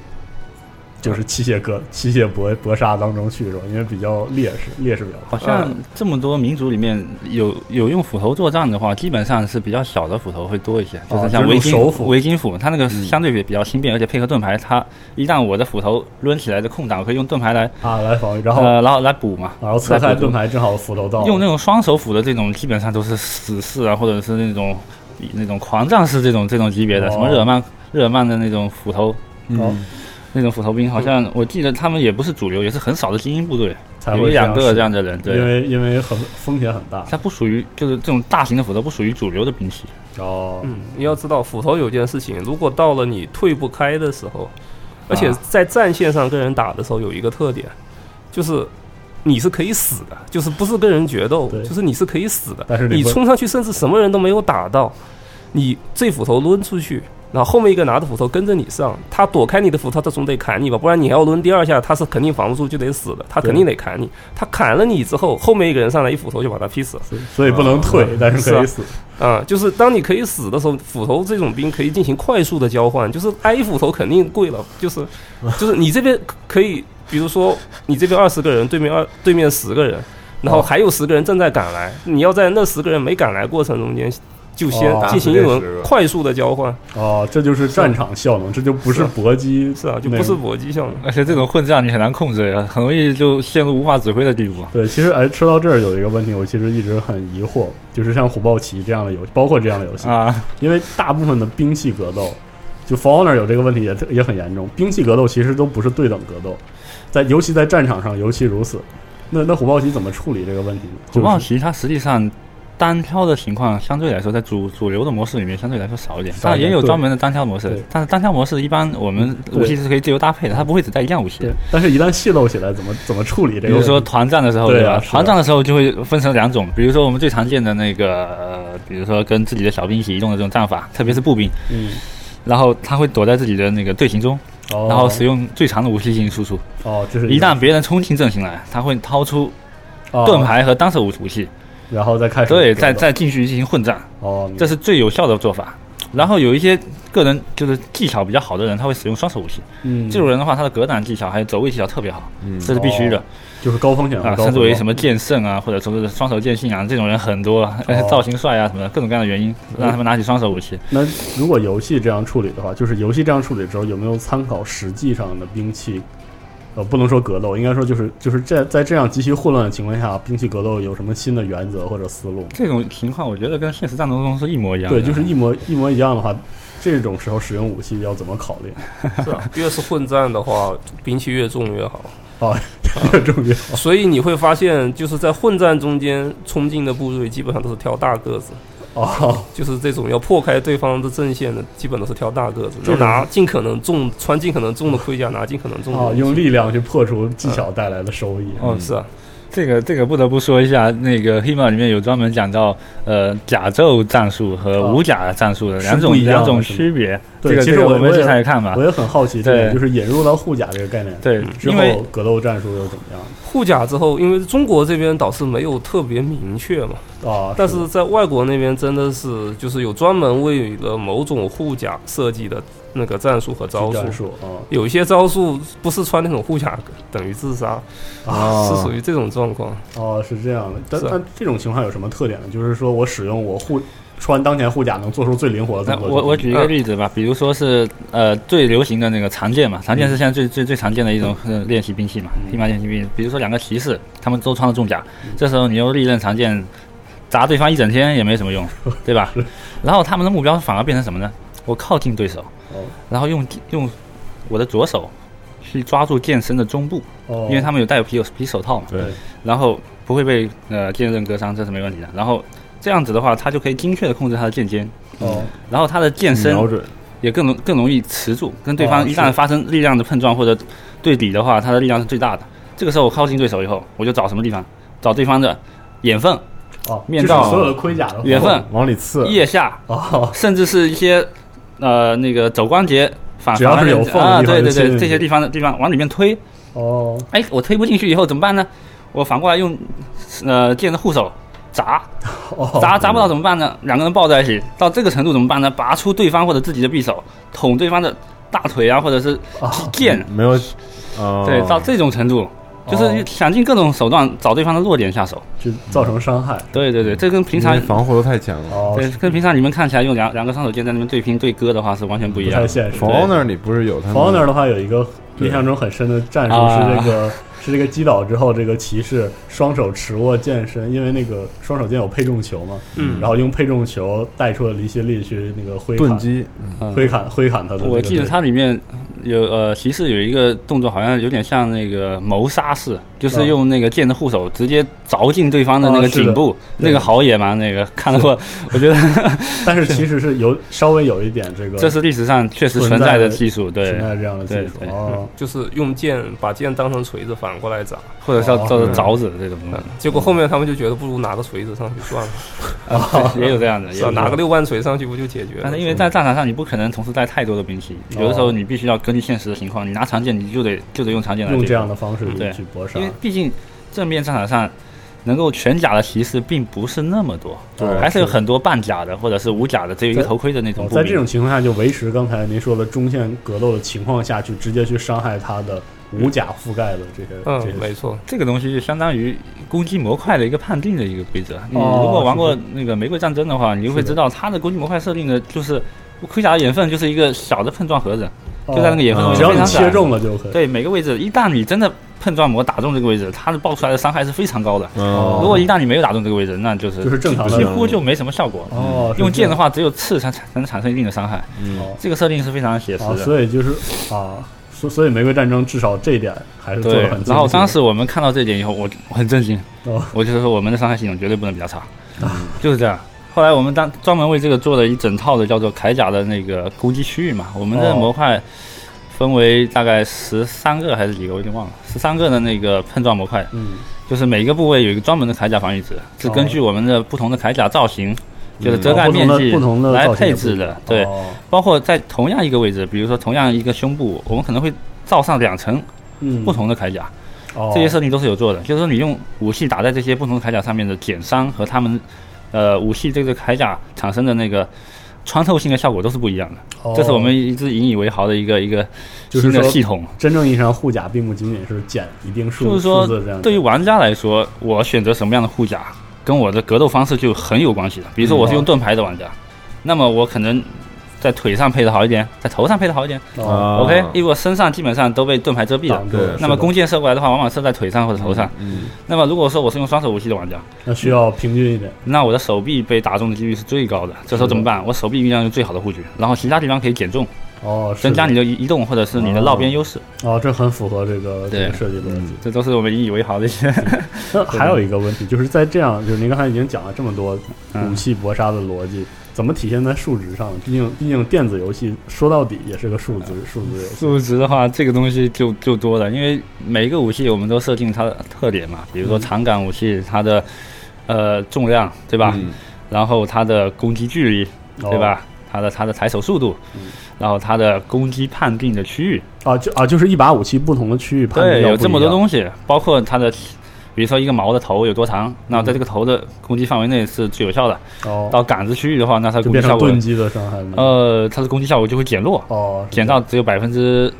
[SPEAKER 2] 就是器械格器械搏搏杀当中去，是吧？因为比较劣势，劣势比较
[SPEAKER 11] 好
[SPEAKER 2] 大。
[SPEAKER 11] 像这么多民族里面有有用斧头作战的话，基本上是比较小的斧头会多一些，
[SPEAKER 2] 哦
[SPEAKER 11] 就是像
[SPEAKER 2] 就是
[SPEAKER 11] 维
[SPEAKER 2] 用
[SPEAKER 11] 京
[SPEAKER 2] 手斧嗯
[SPEAKER 11] 维京斧，它那个相对比比较轻便，而且配合盾牌，它一旦我的斧头抡起来的空档，我可以用盾牌来
[SPEAKER 2] 啊来防御，然后哦
[SPEAKER 11] 呃然后来补嘛，
[SPEAKER 2] 然后侧
[SPEAKER 11] 来
[SPEAKER 2] 开
[SPEAKER 11] 补
[SPEAKER 2] 盾牌正好斧头到了，
[SPEAKER 11] 用那种双手斧的这种，基本上都是死士啊，或者是那种那种狂战士这种这种级别的，
[SPEAKER 2] 哦
[SPEAKER 11] 什么日耳曼日耳曼的那种斧头，哦
[SPEAKER 2] 嗯，
[SPEAKER 11] 那种斧头兵，好像我记得他们也不是主流，也是很少的精英部队，
[SPEAKER 2] 才
[SPEAKER 11] 有
[SPEAKER 2] 会
[SPEAKER 11] 一两个这样的
[SPEAKER 2] 试
[SPEAKER 11] 人，对，
[SPEAKER 2] 因为因为很风险很大。
[SPEAKER 11] 它不属于就是这种大型的斧头不属于主流的兵器，
[SPEAKER 2] 哦，
[SPEAKER 10] 嗯，你要知道斧头有件事情，如果到了你退不开的时候，
[SPEAKER 2] 啊
[SPEAKER 10] 而且在战线上跟人打的时候有一个特点，就是你是可以死的，就是不是跟人决斗，就是你是可以死的。
[SPEAKER 2] 但是你
[SPEAKER 10] 你
[SPEAKER 2] 不
[SPEAKER 10] 冲上去，甚至什么人都没有打到，你这斧头抡出去。然后后面一个拿着斧头跟着你上，他躲开你的斧头，他总得砍你吧，不然你还要抡第二下，他是肯定防不住就得死的，他肯定得砍你。他砍了你之后，后面一个人上来一斧头就把他劈死了。
[SPEAKER 2] 所以不能退，但是可以死。
[SPEAKER 10] 啊，就是当你可以死的时候，斧头这种兵可以进行快速的交换，就是挨斧头肯定贵了，就是就是你这边可以，比如说你这边二十个人，对面二对面十个人，然后还有十个人正在赶来，你要在那十个人没赶来过程中间就先
[SPEAKER 2] 哦
[SPEAKER 10] 进行一轮
[SPEAKER 2] 打死这十个
[SPEAKER 10] 快速的交换，
[SPEAKER 2] 哦，这就是战场效能，这就不是
[SPEAKER 10] 是
[SPEAKER 2] 搏击，
[SPEAKER 10] 是啊，就不是搏击项目。
[SPEAKER 11] 而且这种混战你很难控制呀，很容易就陷入无法指挥的地步。啊
[SPEAKER 2] 对，其实哎，说到这儿有一个问题，我其实一直很疑惑，就是像虎豹骑这样的游戏，包括这样的游戏
[SPEAKER 11] 啊，
[SPEAKER 2] 因为大部分的兵器格斗，就 f o r n e r 有这个问题也特也很严重，兵器格斗其实都不是对等格斗，在尤其在战场上尤其如此。那那虎豹骑怎么处理这个问题呢？
[SPEAKER 11] 虎豹
[SPEAKER 2] 骑
[SPEAKER 11] 骑它实际上单挑的情况相对来说，在主主流的模式里面相对来说少一点，
[SPEAKER 2] 少一
[SPEAKER 11] 但
[SPEAKER 2] 点
[SPEAKER 11] 也有
[SPEAKER 2] 对
[SPEAKER 11] 专门的单挑模式
[SPEAKER 2] 对。
[SPEAKER 11] 但是单挑模式一般我们
[SPEAKER 2] 对
[SPEAKER 11] 武器是可以自由搭配的，它不会只带一样武器。
[SPEAKER 2] 对，但是一旦泄露起来，怎么怎么处理这
[SPEAKER 11] 比
[SPEAKER 2] 个问
[SPEAKER 11] 如
[SPEAKER 2] 题？
[SPEAKER 11] 说团战的时候，
[SPEAKER 2] 对啊
[SPEAKER 11] 吧？
[SPEAKER 2] 是的
[SPEAKER 11] 团战的时候就会分成两种，比如说我们最常见的那个，呃、比如说跟自己的小兵一起移动的这种战法，特别是步兵，
[SPEAKER 2] 嗯，
[SPEAKER 11] 然后他会躲在自己的那个队形中，
[SPEAKER 2] 哦
[SPEAKER 11] 然后使用最长的武器进行输出。
[SPEAKER 2] 哦，这是
[SPEAKER 11] 一
[SPEAKER 2] 个
[SPEAKER 11] 旦别人冲进阵型来，他会掏出
[SPEAKER 2] 哦
[SPEAKER 11] 盾牌和单手武武器，
[SPEAKER 2] 然后再开始
[SPEAKER 11] 对，
[SPEAKER 2] 格斗
[SPEAKER 11] 再再进去进行混战，
[SPEAKER 2] 哦，明白
[SPEAKER 11] 这是最有效的做法。然后有一些个人就是技巧比较好的人，他会使用双手武器。
[SPEAKER 2] 嗯
[SPEAKER 11] 这种人的话，他的格挡技巧还有走位技巧特别好，这是必须的。
[SPEAKER 2] 哦就是高风险和
[SPEAKER 11] 啊，
[SPEAKER 2] 高
[SPEAKER 11] 甚至
[SPEAKER 2] 回
[SPEAKER 11] 为
[SPEAKER 2] 报
[SPEAKER 11] 什么剑圣啊，或者说是双手剑信啊，这种人很多，啊，
[SPEAKER 2] 哦
[SPEAKER 11] 造型帅啊什么的，各种各样的原因，让他们拿起双手武器。
[SPEAKER 2] 那如果游戏这样处理的话，就是游戏这样处理之后，有没有参考实际上的兵器？呃，不能说格斗，应该说就是就是这在这样极其混乱的情况下，兵器格斗有什么新的原则或者思路？
[SPEAKER 11] 这种情况，我觉得跟现实战斗中是一模一样的。啊
[SPEAKER 2] 对，就是一模一模一样的话，这种时候使用武器要怎么考虑？
[SPEAKER 10] 是啊，越是混战的话，兵器越重越好。
[SPEAKER 2] 哦，越重越好。
[SPEAKER 10] 所以你会发现，就是在混战中间冲进的部队基本上都是挑大个子。
[SPEAKER 2] 哦，
[SPEAKER 10] 就是这种要破开对方的阵线的，基本都是挑大个子，
[SPEAKER 2] 这
[SPEAKER 10] 就
[SPEAKER 2] 种
[SPEAKER 10] 拿尽可能重穿尽可能重的盔甲，拿尽可能重的武
[SPEAKER 2] 哦，
[SPEAKER 10] 器。
[SPEAKER 2] 用力嗯量去破除技巧带来的收益。
[SPEAKER 11] 嗯
[SPEAKER 10] 哦，是啊，
[SPEAKER 11] 这个这个不得不说一下，那个《黑马》里面有专门讲到，呃，甲胄战术和无甲战术的
[SPEAKER 2] 是
[SPEAKER 11] 两种
[SPEAKER 2] 不一样的
[SPEAKER 11] 两种
[SPEAKER 2] 是吗
[SPEAKER 11] 区别。
[SPEAKER 2] 对，
[SPEAKER 11] 这个
[SPEAKER 2] 其
[SPEAKER 11] 这
[SPEAKER 2] 实
[SPEAKER 11] 个
[SPEAKER 2] 我
[SPEAKER 11] 我们
[SPEAKER 2] 也
[SPEAKER 11] 之前也看嘛
[SPEAKER 2] 我。也很好奇这个，
[SPEAKER 11] 对
[SPEAKER 2] 就是引入到护甲这个概念，
[SPEAKER 11] 对
[SPEAKER 2] 之
[SPEAKER 11] 因为
[SPEAKER 2] 后格斗战术又怎么样？
[SPEAKER 10] 护甲之后，因为中国这边倒是没有特别明确嘛，
[SPEAKER 2] 啊，
[SPEAKER 10] 但是在外国那边真的是就是有专门为了某种护甲设计的那个战术和招
[SPEAKER 2] 战
[SPEAKER 10] 数
[SPEAKER 2] 术。啊，
[SPEAKER 10] 有一些招数不是穿那种护甲等于自杀，啊
[SPEAKER 2] 哦
[SPEAKER 10] 是属于这种状况。
[SPEAKER 2] 哦，是这样的，但
[SPEAKER 10] 是啊
[SPEAKER 2] 但这种情况有什么特点呢？就是说我使用我护穿当前护甲能做出最灵活的
[SPEAKER 11] 那
[SPEAKER 2] 动作。
[SPEAKER 11] 嗯哎我我举一个例子吧，比如说是呃最流行的那个长剑嘛，长剑是现在最最最常见的一种呃练习兵器嘛，黑马练习兵器。比如说两个骑士，他们都穿了重甲，这时候你用利刃长剑砸对方一整天也没什么用，对吧？然后他们的目标反而变成什么呢？我靠近对手，
[SPEAKER 2] 哦
[SPEAKER 11] 然后用用我的左手去抓住剑身的中部，
[SPEAKER 2] 哦
[SPEAKER 11] 因为他们有带有皮有皮手套嘛，
[SPEAKER 2] 对，
[SPEAKER 11] 然后不会被呃剑刃割伤，这是没问题的。然后这样子的话，他就可以精确的控制他的剑尖，
[SPEAKER 2] 哦，
[SPEAKER 11] 然后他的剑身
[SPEAKER 2] 瞄准
[SPEAKER 11] 也更容更容易持住，跟对
[SPEAKER 2] 哦
[SPEAKER 11] 方一旦
[SPEAKER 2] 是
[SPEAKER 11] 发生力量的碰撞或者对比的话，他的力量是最大的。这个时候我靠近对手以后，我就找什么地方？找对方的眼缝、
[SPEAKER 2] 哦
[SPEAKER 11] 面
[SPEAKER 2] 就是
[SPEAKER 11] 罩、
[SPEAKER 2] 所有的盔甲的
[SPEAKER 11] 缘分
[SPEAKER 2] 往里刺
[SPEAKER 11] 腋下，
[SPEAKER 2] 哦，
[SPEAKER 11] 甚至是一些呃那个肘关节反
[SPEAKER 2] 只要
[SPEAKER 11] 反
[SPEAKER 2] 是有缝的
[SPEAKER 11] 啊，
[SPEAKER 2] 地方
[SPEAKER 11] 对
[SPEAKER 2] 就
[SPEAKER 11] 对
[SPEAKER 2] 切进
[SPEAKER 11] 对，
[SPEAKER 2] 去
[SPEAKER 11] 这些地方的地方往里面推。
[SPEAKER 2] 哦，
[SPEAKER 11] 哎，我推不进去以后怎么办呢？我反过来用呃剑的护手砸，
[SPEAKER 2] 哦
[SPEAKER 11] 砸砸不到怎么办呢？两个人抱在一起，到这个程度怎么办呢？拔出对方或者自己的匕首，捅对方的大腿啊，或者是剑。
[SPEAKER 2] 嗯
[SPEAKER 9] 没有，哦
[SPEAKER 11] 对，到这种程度，
[SPEAKER 2] 哦
[SPEAKER 11] 就是想尽各种手段找对方的弱点下手。
[SPEAKER 2] 就造成伤害。
[SPEAKER 11] 对对对，这跟平常
[SPEAKER 9] 因为防护都太强了。
[SPEAKER 2] 哦
[SPEAKER 11] 对，跟平常你们看起来用两两个双手剑在那边对拼对割的话是完全不一样的。
[SPEAKER 2] 不太现实
[SPEAKER 9] 防 honor 里不是有他们
[SPEAKER 2] Honor 的话有一个印象中很深的战术是这个、
[SPEAKER 11] 啊
[SPEAKER 2] 是这个击倒之后，这个骑士双手持握剑身，因为那个双手剑有配重球嘛，
[SPEAKER 11] 嗯
[SPEAKER 2] 然后用配重球带出了离心力去那个挥砍
[SPEAKER 9] 钝击
[SPEAKER 11] 嗯
[SPEAKER 2] 挥砍挥砍他的那个。
[SPEAKER 11] 我记得它里面有呃，骑士有一个动作，好像有点像那个谋杀式，就是用那个剑的护手直接凿进对方的那
[SPEAKER 2] 啊
[SPEAKER 11] 个
[SPEAKER 2] 嗯是的
[SPEAKER 11] 颈部，
[SPEAKER 2] 对
[SPEAKER 11] 那个好野蛮，那个看
[SPEAKER 2] 是，
[SPEAKER 11] 过，我觉得
[SPEAKER 2] 但是其实是有稍微有一点这个，
[SPEAKER 11] 这是历史上确实存在的技术，对，
[SPEAKER 2] 存在这样的技
[SPEAKER 11] 对
[SPEAKER 2] 术
[SPEAKER 11] 对
[SPEAKER 2] 哦，
[SPEAKER 10] 就是用剑把剑当成锤子反过来砸，
[SPEAKER 11] 或者是要
[SPEAKER 10] 哦
[SPEAKER 11] 叫做
[SPEAKER 10] 嗯
[SPEAKER 11] 凿子这种东西。
[SPEAKER 10] 结果后面他们就觉得不如拿个锤子上去算了，
[SPEAKER 2] 哦
[SPEAKER 11] 啊对也有这样的也
[SPEAKER 10] 是
[SPEAKER 11] 有
[SPEAKER 10] 啊吧？
[SPEAKER 11] 这样
[SPEAKER 10] 拿个六万锤上去不就解决了？
[SPEAKER 11] 但是因为在战场上，你不可能同时带太多的兵器，
[SPEAKER 2] 哦
[SPEAKER 11] 有的时候你必须要根据现实的情况，你拿长剑你就得就得用长剑来
[SPEAKER 2] 用
[SPEAKER 11] 对
[SPEAKER 2] 这
[SPEAKER 11] 付
[SPEAKER 2] 样的方式去
[SPEAKER 11] 对
[SPEAKER 2] 去搏杀
[SPEAKER 11] 因为毕竟正面战场上能够全甲的骑士并不是那么多，
[SPEAKER 2] 对
[SPEAKER 11] 还是有
[SPEAKER 2] 是
[SPEAKER 11] 很多半甲的或者是无甲的，只有一个
[SPEAKER 2] 在
[SPEAKER 11] 头盔的那种
[SPEAKER 2] 哦
[SPEAKER 11] 步兵。
[SPEAKER 2] 在这种情况下，就维持刚才您说的中线格斗的情况下去，直接去伤害他的无甲覆盖的这些。这些，
[SPEAKER 10] 嗯错，
[SPEAKER 11] 这个东西就相当于攻击模块的一个判定的一个规则。你如
[SPEAKER 2] 哦
[SPEAKER 11] 果玩过
[SPEAKER 2] 是的
[SPEAKER 11] 那个玫瑰战争的话，你就会
[SPEAKER 2] 是的
[SPEAKER 11] 知道它的攻击模块设定的就是盔甲的眼缝就是一个小的碰撞盒子，
[SPEAKER 2] 哦
[SPEAKER 11] 就在那个眼缝中
[SPEAKER 2] 只要你
[SPEAKER 11] 非常窄
[SPEAKER 2] 切中了就可以
[SPEAKER 11] 对，每个位置，一旦你真的碰撞膜打中这个位置，它的爆出来的伤害是非常高的。
[SPEAKER 9] 嗯
[SPEAKER 2] 哦
[SPEAKER 11] 如果一旦你没有打中这个位置，那就是
[SPEAKER 2] 就是正常的
[SPEAKER 11] 几乎就没什么效果。
[SPEAKER 2] 哦是
[SPEAKER 11] 用剑
[SPEAKER 2] 这样
[SPEAKER 11] 的话，只有刺才才能产生一定的伤害。
[SPEAKER 2] 嗯哦
[SPEAKER 11] 这个设定是非常写实
[SPEAKER 2] 啊，
[SPEAKER 11] 的。
[SPEAKER 2] 所以就是啊，所所以玫瑰战争至少这一点还是做
[SPEAKER 11] 对
[SPEAKER 2] 的很，
[SPEAKER 11] 然后当
[SPEAKER 2] 时
[SPEAKER 11] 时我们看到这一点以后，我我很震惊，
[SPEAKER 2] 哦啊
[SPEAKER 11] 我就说我们的伤害系统绝对不能比较差，嗯就是这样。后来我们当专门为这个做了一整套的叫做铠甲的那个攻击区域嘛，我们的
[SPEAKER 2] 哦
[SPEAKER 11] 模块分为大概十三个还是几个，我有点忘了，十三个的那个碰撞模块，
[SPEAKER 2] 嗯，
[SPEAKER 11] 就是每一个部位有一个专门的铠甲防御值，是根据我们的不同的铠甲造型。就是遮盖面积
[SPEAKER 2] 哦嗯不同的
[SPEAKER 11] 来
[SPEAKER 2] 造型也
[SPEAKER 11] 配
[SPEAKER 2] 不
[SPEAKER 11] 置
[SPEAKER 2] 一
[SPEAKER 11] 的
[SPEAKER 2] 样，
[SPEAKER 11] 对
[SPEAKER 2] 哦，
[SPEAKER 11] 包括在同样一个位置，比如说同样一个胸部，我们可能会造上两层
[SPEAKER 2] 嗯
[SPEAKER 11] 不同的铠甲，
[SPEAKER 2] 哦
[SPEAKER 11] 这些设定都是有做的，就是说你用武器打在这些不同的铠甲上面的减伤和他们，呃，武器这个铠甲产生的那个穿透性的效果都是不一样的。
[SPEAKER 2] 哦
[SPEAKER 11] 这是我们一直引以为豪的一个一个
[SPEAKER 2] 就是
[SPEAKER 11] 新
[SPEAKER 2] 说
[SPEAKER 11] 的系统。，
[SPEAKER 2] 真正意义上护甲并不仅仅是减一定数
[SPEAKER 11] 就是说
[SPEAKER 2] 数字这样，，
[SPEAKER 11] 对于玩家来说，我选择什么样的护甲，跟我的格斗方式就很有关系了。比如说我是用盾牌的玩家，
[SPEAKER 2] 嗯
[SPEAKER 11] 那么我可能在腿上配的好一点，在头上配的好一点。
[SPEAKER 9] 哦
[SPEAKER 11] OK，因为我身上基本上都被盾牌遮蔽了
[SPEAKER 2] 啊挡住了。
[SPEAKER 11] 那
[SPEAKER 2] 是的
[SPEAKER 11] 么弓箭射过来的话，往往射在腿上或者头上。
[SPEAKER 9] 嗯，
[SPEAKER 11] 那么如果说我是用双手武器的玩家，
[SPEAKER 2] 那需要平均一点。
[SPEAKER 11] 那我的手臂被打中的几率是最高
[SPEAKER 2] 嗯
[SPEAKER 11] 的。这时候怎么办？我手臂运用最好的护具，然后其他地方可以减重，
[SPEAKER 2] 哦，是
[SPEAKER 11] 增加你的移移动或者是你的绕边优势。
[SPEAKER 2] 哦，这很符合这个这
[SPEAKER 11] 对
[SPEAKER 2] 个设计逻辑。
[SPEAKER 11] 这都是我们引以为豪的一些。
[SPEAKER 2] 那还有一个问题，就是在这样，就是您刚才已经讲了这么多
[SPEAKER 11] 嗯
[SPEAKER 2] 武器搏杀的逻辑，怎么体现在数值上呢？毕竟，毕竟电子游戏说到底也是个数
[SPEAKER 11] 嗯
[SPEAKER 2] 值数字游戏。
[SPEAKER 11] 数值的话，这个东西就就多了，因为每一个武器我们都设定它的特点嘛，比如说
[SPEAKER 2] 嗯
[SPEAKER 11] 长杆武器它的呃重量对吧？
[SPEAKER 9] 嗯
[SPEAKER 11] 然后它的攻击距离
[SPEAKER 2] 哦嗯
[SPEAKER 11] 对吧？它的它的抬手速度，然后它的攻击判定的区域，
[SPEAKER 2] 啊，就啊，就是一把武器不同的区域判定
[SPEAKER 11] 对，
[SPEAKER 2] 要
[SPEAKER 11] 有
[SPEAKER 2] 不
[SPEAKER 11] 这么
[SPEAKER 2] 一
[SPEAKER 11] 多
[SPEAKER 2] 样
[SPEAKER 11] 东西，包括它的，比如说一个矛的头有多长，那在这个头的攻击范围内是最有效的。
[SPEAKER 2] 哦
[SPEAKER 11] 到杆子区域的话，那它攻击
[SPEAKER 2] 就变
[SPEAKER 11] 效
[SPEAKER 2] 成
[SPEAKER 11] 果
[SPEAKER 2] 钝击的伤害吗？
[SPEAKER 11] 呃，它的攻击效果就会减弱，
[SPEAKER 2] 哦，
[SPEAKER 11] 减到只有百分之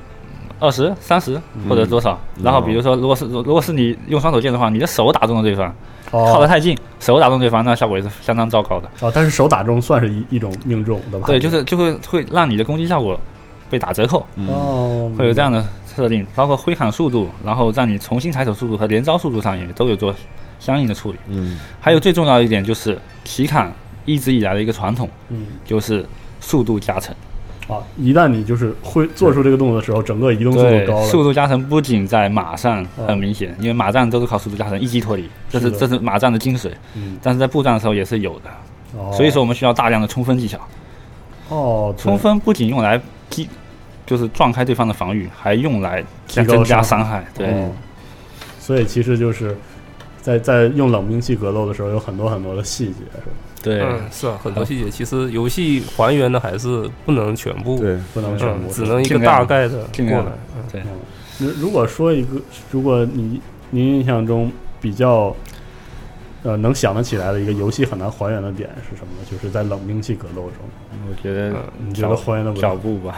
[SPEAKER 11] 二十、三十或者多少。
[SPEAKER 2] 嗯
[SPEAKER 11] 然后比如说，如果是如果是你用双手剑的话，你的手打中了对方，
[SPEAKER 2] 哦
[SPEAKER 11] 靠得太近，手打中对方，那效果也是相当糟糕的。
[SPEAKER 2] 哦，但是手打中算是一一种命中的吧？
[SPEAKER 11] 对，就是就会会让你的攻击效果被打折扣。
[SPEAKER 2] 哦，
[SPEAKER 11] 会有这样的设定，包括挥砍速度，然后让你重新抬手速度和连招速度上也都有做相应的处理。
[SPEAKER 9] 嗯，
[SPEAKER 11] 还有最重要的一点就是，骑砍一直以来的一个传统，
[SPEAKER 2] 嗯，
[SPEAKER 11] 就是速度加成。
[SPEAKER 2] 啊，一旦你就是会做出这个动作的时候，整个移动速度高了，嗯
[SPEAKER 11] 速度加成不仅在马上很明显，因为马战都是靠速度加成一击脱离，这是
[SPEAKER 2] 是的
[SPEAKER 11] 这是马战的精髓。
[SPEAKER 2] 嗯
[SPEAKER 11] 但是在步战的时候也是有的，
[SPEAKER 2] 哦
[SPEAKER 11] 所以说我们需要大量的冲锋技巧。
[SPEAKER 2] 哦，对
[SPEAKER 11] 冲锋不仅用来击，就是撞开对方的防御，还用来
[SPEAKER 2] 提
[SPEAKER 11] 增
[SPEAKER 2] 高
[SPEAKER 11] 加
[SPEAKER 2] 伤
[SPEAKER 11] 伤
[SPEAKER 2] 害
[SPEAKER 11] 害。对，
[SPEAKER 2] 哦所以其实就是在在用冷兵器格斗的时候，有很多很多的细节，是吧？
[SPEAKER 11] 对
[SPEAKER 10] 嗯，是啊，很多细节其实游戏还原的还是不能全部，
[SPEAKER 9] 对
[SPEAKER 2] 不能全部
[SPEAKER 10] 嗯只能一个大概的
[SPEAKER 11] 尽
[SPEAKER 10] 过
[SPEAKER 11] 量
[SPEAKER 10] 来。
[SPEAKER 11] 嗯对
[SPEAKER 2] 嗯，那如果说一个，如果你您印象中比较呃能想得起来的一个游戏很难还原的点是什么呢？就是在冷兵器格斗中，
[SPEAKER 11] 我觉得
[SPEAKER 2] 你觉得还原的
[SPEAKER 11] 脚步吧，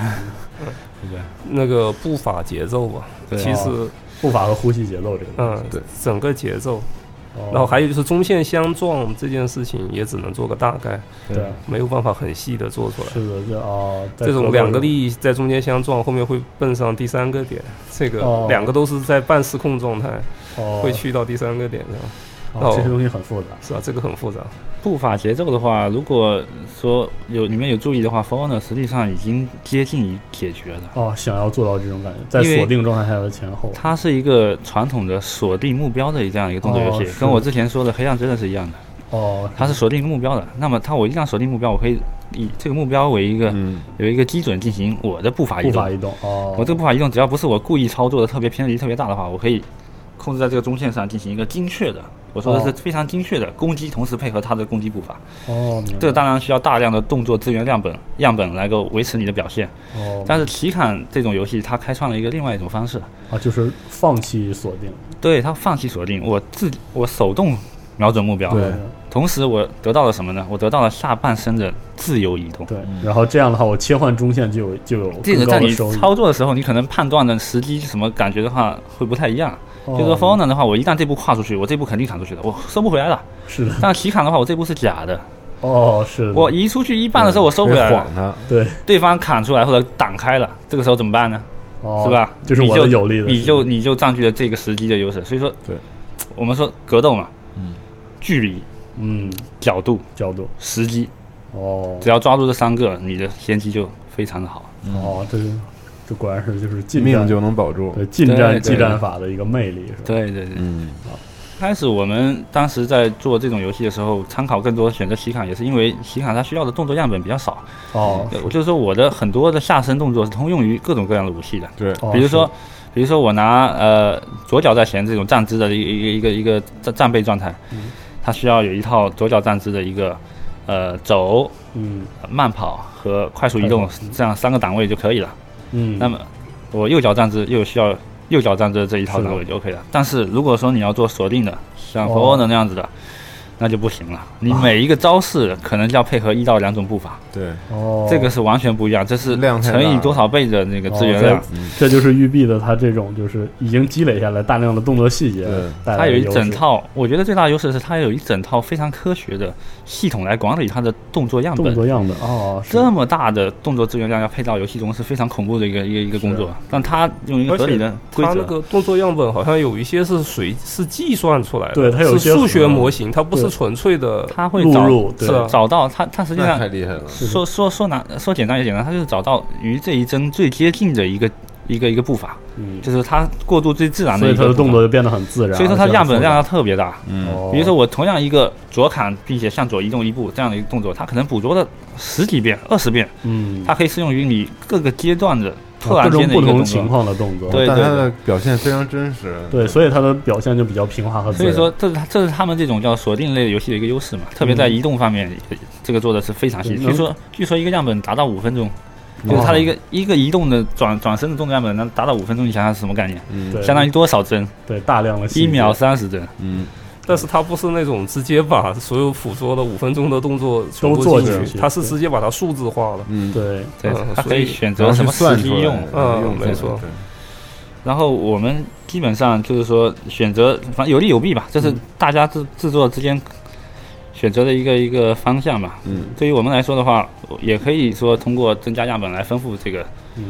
[SPEAKER 11] 对
[SPEAKER 10] 那个步伐节奏吧，
[SPEAKER 11] 对
[SPEAKER 10] 其实
[SPEAKER 2] 哦步伐和呼吸节奏这个东
[SPEAKER 10] 嗯
[SPEAKER 2] 西，
[SPEAKER 10] 对，整个节奏
[SPEAKER 2] 哦。
[SPEAKER 10] 然后还有就是中线相撞这件事情，也只能做个大概，
[SPEAKER 2] 对啊
[SPEAKER 10] 没有办法很细的做出来。
[SPEAKER 2] 是的，这哦，在
[SPEAKER 10] 这
[SPEAKER 2] 格斗
[SPEAKER 10] 种两个
[SPEAKER 2] 中
[SPEAKER 10] 力在中间相撞，后面会奔上第三个点，这个
[SPEAKER 2] 哦
[SPEAKER 10] 两个都是在半失控状态，
[SPEAKER 2] 哦
[SPEAKER 10] 会去到第三个点上。
[SPEAKER 2] 哦
[SPEAKER 10] 然后
[SPEAKER 2] 这些东西很复杂，
[SPEAKER 10] 是啊，这个很复杂。
[SPEAKER 11] 步伐节奏的话，如果说有你们有注意的话 f o r n e r 实际上已经接近于解决了。
[SPEAKER 2] 哦，想要做到这种感觉，在
[SPEAKER 11] 因为
[SPEAKER 2] 锁定状态下的前后，
[SPEAKER 11] 它是一个传统的锁定目标的这样一个动作游戏，
[SPEAKER 2] 哦是
[SPEAKER 11] 跟我之前说的黑暗真的是一样的。
[SPEAKER 2] 哦，
[SPEAKER 11] 它是锁定一个目标的。那么它我一旦锁定目标，我可以以这个目标为一个、有一个基准进行我的步伐移动。
[SPEAKER 2] 嗯步伐移动哦
[SPEAKER 11] 我这个步伐移动，只要不是我故意操作的特别偏离特别大的话，我可以控制在这个中线上进行一个精确的，我说的是
[SPEAKER 2] 哦
[SPEAKER 11] 非常精确的攻击，同时配合它的攻击步伐。
[SPEAKER 2] 哦，明白
[SPEAKER 11] 这个当然需要大量的动作资源样本样本来够维持你的表现。
[SPEAKER 2] 哦
[SPEAKER 11] 但是奇坎这种游戏，它开创了一个另外一种方式，
[SPEAKER 2] 啊，就是放弃锁定，
[SPEAKER 11] 对它放弃锁定，我自己我手动瞄准目标，
[SPEAKER 2] 对，
[SPEAKER 11] 同时我得到了什么呢？我得到了下半身的自由移动，
[SPEAKER 2] 对，然后这样的话，我切换中线就有就有
[SPEAKER 11] 嗯这
[SPEAKER 2] 更
[SPEAKER 11] 个
[SPEAKER 2] 高
[SPEAKER 11] 在
[SPEAKER 2] 的
[SPEAKER 11] 你
[SPEAKER 2] 收益。
[SPEAKER 11] 操作的时候，你可能判断的时机什么感觉的话会不太一样。
[SPEAKER 2] 哦
[SPEAKER 11] 就说 f o r n e r 的话，我一旦这步跨出去，我这步肯定砍出去的，我收不回来了。
[SPEAKER 2] 是的。
[SPEAKER 11] 但奇坎的话，我这步是假的，
[SPEAKER 2] 哦，是的
[SPEAKER 11] 我移出去一半的时候我收回来了，
[SPEAKER 9] 他，
[SPEAKER 2] 对，
[SPEAKER 11] 对方砍出来或者挡开了，这个时候怎么办呢？
[SPEAKER 2] 哦
[SPEAKER 11] 是吧？
[SPEAKER 2] 这是
[SPEAKER 11] 你
[SPEAKER 2] 我的有利的
[SPEAKER 11] 你
[SPEAKER 2] 是
[SPEAKER 11] 就你就占据了这个时机的优势。所以说，
[SPEAKER 9] 对，
[SPEAKER 11] 我们说格斗嘛，
[SPEAKER 9] 嗯，
[SPEAKER 11] 距离，
[SPEAKER 2] 嗯，
[SPEAKER 11] 角度，
[SPEAKER 2] 角度，
[SPEAKER 11] 时机，
[SPEAKER 2] 哦，
[SPEAKER 11] 只要抓住这三个，你的先机就非常的好。
[SPEAKER 2] 哦，这是这果然是就是近
[SPEAKER 9] 命
[SPEAKER 2] 战
[SPEAKER 9] 就能保住
[SPEAKER 2] 对，近战
[SPEAKER 11] 对
[SPEAKER 2] 技
[SPEAKER 11] 对
[SPEAKER 2] 战法的一个魅力是吧？
[SPEAKER 11] 对对对，
[SPEAKER 9] 嗯，
[SPEAKER 11] 开始我们当时在做这种游戏的时候，参考更多选择洗卡，也是因为洗卡它需要的动作样本比较少。呃
[SPEAKER 2] 哦
[SPEAKER 11] 对我就是说我的很多的下身动作是通用于各种各样的武器的。
[SPEAKER 9] 对
[SPEAKER 2] 哦
[SPEAKER 11] 比如说
[SPEAKER 2] 是，
[SPEAKER 11] 比如说我拿呃左脚在前这种站姿的一个一个一个一个战战备状态，
[SPEAKER 2] 嗯
[SPEAKER 11] 它需要有一套左脚站姿的一个呃走、
[SPEAKER 2] 嗯
[SPEAKER 11] 慢跑和快速移动这样三个档位就可以了。
[SPEAKER 2] 嗯，
[SPEAKER 11] 那么我右脚站姿又需要右脚站姿这一套
[SPEAKER 2] 是的哦
[SPEAKER 11] 档位就 OK 了。但是如果说你要做锁定的，像 f o r n e r 那样子的，那就不行了。你每一个招式可能就要配合一到两种步伐，
[SPEAKER 9] 对，
[SPEAKER 2] 哦，
[SPEAKER 11] 这个是完全不一样，这是
[SPEAKER 9] 量太大
[SPEAKER 11] 乘以多少倍的那个资源
[SPEAKER 2] 哦
[SPEAKER 11] 量。
[SPEAKER 2] 这这就是育碧的，它这种就是已经积累下来大量的动作细节
[SPEAKER 9] 对，
[SPEAKER 11] 它有一整，套，我觉得最大的优势是它有一整套非常科学的系统来管理它的动作样
[SPEAKER 2] 动
[SPEAKER 11] 本
[SPEAKER 2] 作。样本哦，是
[SPEAKER 11] 这么大的动作资源量要配到游戏中是非常恐怖的一个一个一个工
[SPEAKER 2] 啊
[SPEAKER 11] 作，但它用一个
[SPEAKER 10] 而
[SPEAKER 11] 合理
[SPEAKER 10] 且
[SPEAKER 11] 的规
[SPEAKER 10] 它那
[SPEAKER 11] 则，
[SPEAKER 10] 个动作样本好像有一些是随是计算出来的，
[SPEAKER 2] 对它有一
[SPEAKER 10] 是
[SPEAKER 2] 些
[SPEAKER 10] 数学模型，它不是
[SPEAKER 2] 对
[SPEAKER 10] 纯粹的。
[SPEAKER 11] 它会
[SPEAKER 2] 录
[SPEAKER 11] 找
[SPEAKER 2] 入对
[SPEAKER 10] 是啊
[SPEAKER 11] 找到它，它实际
[SPEAKER 9] 那
[SPEAKER 11] 上
[SPEAKER 9] 太厉害了，
[SPEAKER 11] 说说说难说简单也简单，它就是找到与这一帧最接近的一个一个一个步伐，
[SPEAKER 2] 嗯
[SPEAKER 11] 就是它过渡最自然的
[SPEAKER 2] 所
[SPEAKER 11] 一
[SPEAKER 2] 以
[SPEAKER 11] 个
[SPEAKER 2] 它
[SPEAKER 11] 步
[SPEAKER 2] 的
[SPEAKER 11] 伐
[SPEAKER 2] 动作就变得很自然，
[SPEAKER 11] 所以说它
[SPEAKER 2] 而且很
[SPEAKER 11] 样本量要
[SPEAKER 2] 复杂，
[SPEAKER 11] 特别大。
[SPEAKER 2] 哦
[SPEAKER 11] 比如说我同样一个左砍，并且向左移动一步这样的一个动作，它可能捕捉了十几遍、二十遍，
[SPEAKER 2] 嗯，哦
[SPEAKER 11] 它可以适用于你各个阶段的突
[SPEAKER 2] 各
[SPEAKER 11] 然
[SPEAKER 2] 种
[SPEAKER 11] 间的一
[SPEAKER 2] 不
[SPEAKER 11] 个动
[SPEAKER 2] 同情
[SPEAKER 11] 作。
[SPEAKER 2] 况的动作，
[SPEAKER 11] 对
[SPEAKER 9] 但他的表现非常真实，
[SPEAKER 2] 对，所以它的表现就比较平滑和自
[SPEAKER 11] 所以
[SPEAKER 2] 然。
[SPEAKER 11] 说，这是它这是他们这种叫锁定类游戏的一个优势嘛，特别在移动方面，这个做的是非常细。
[SPEAKER 2] 嗯哦
[SPEAKER 11] 据说，据说一个样本达到五分钟，就是它的一个一个移动的转转身的动作样本能达到五分钟，你想想是什么概念？
[SPEAKER 9] 嗯
[SPEAKER 2] 对
[SPEAKER 11] 相当于多少帧？
[SPEAKER 2] 对大量的细
[SPEAKER 11] 一
[SPEAKER 2] 节
[SPEAKER 11] 秒三十帧。
[SPEAKER 9] 嗯，
[SPEAKER 10] 但是它不是那种直接把所有捕捉的五分钟的动作全部
[SPEAKER 2] 都做
[SPEAKER 10] 进
[SPEAKER 2] 进
[SPEAKER 10] 去，
[SPEAKER 2] 去
[SPEAKER 10] 它是
[SPEAKER 2] 对
[SPEAKER 10] 直接把它数字化了。
[SPEAKER 9] 嗯，
[SPEAKER 2] 对，
[SPEAKER 11] 对
[SPEAKER 10] 嗯，
[SPEAKER 11] 它可以
[SPEAKER 10] 所以
[SPEAKER 11] 选
[SPEAKER 9] 然
[SPEAKER 11] 择
[SPEAKER 9] 后
[SPEAKER 11] 什
[SPEAKER 9] 去
[SPEAKER 11] 么
[SPEAKER 9] 算
[SPEAKER 11] 时
[SPEAKER 9] 出
[SPEAKER 11] 机
[SPEAKER 9] 来
[SPEAKER 11] 用，
[SPEAKER 10] 嗯
[SPEAKER 9] 用
[SPEAKER 10] 没错
[SPEAKER 9] 对
[SPEAKER 11] 然后我们基本上就是说选择，反正有利有弊吧，这
[SPEAKER 2] 嗯
[SPEAKER 11] 是大家制制作之间选择的一个一个方向吧。
[SPEAKER 9] 嗯，
[SPEAKER 2] 嗯
[SPEAKER 11] 对于我们来说的话，也可以说通过增加样本来丰富这个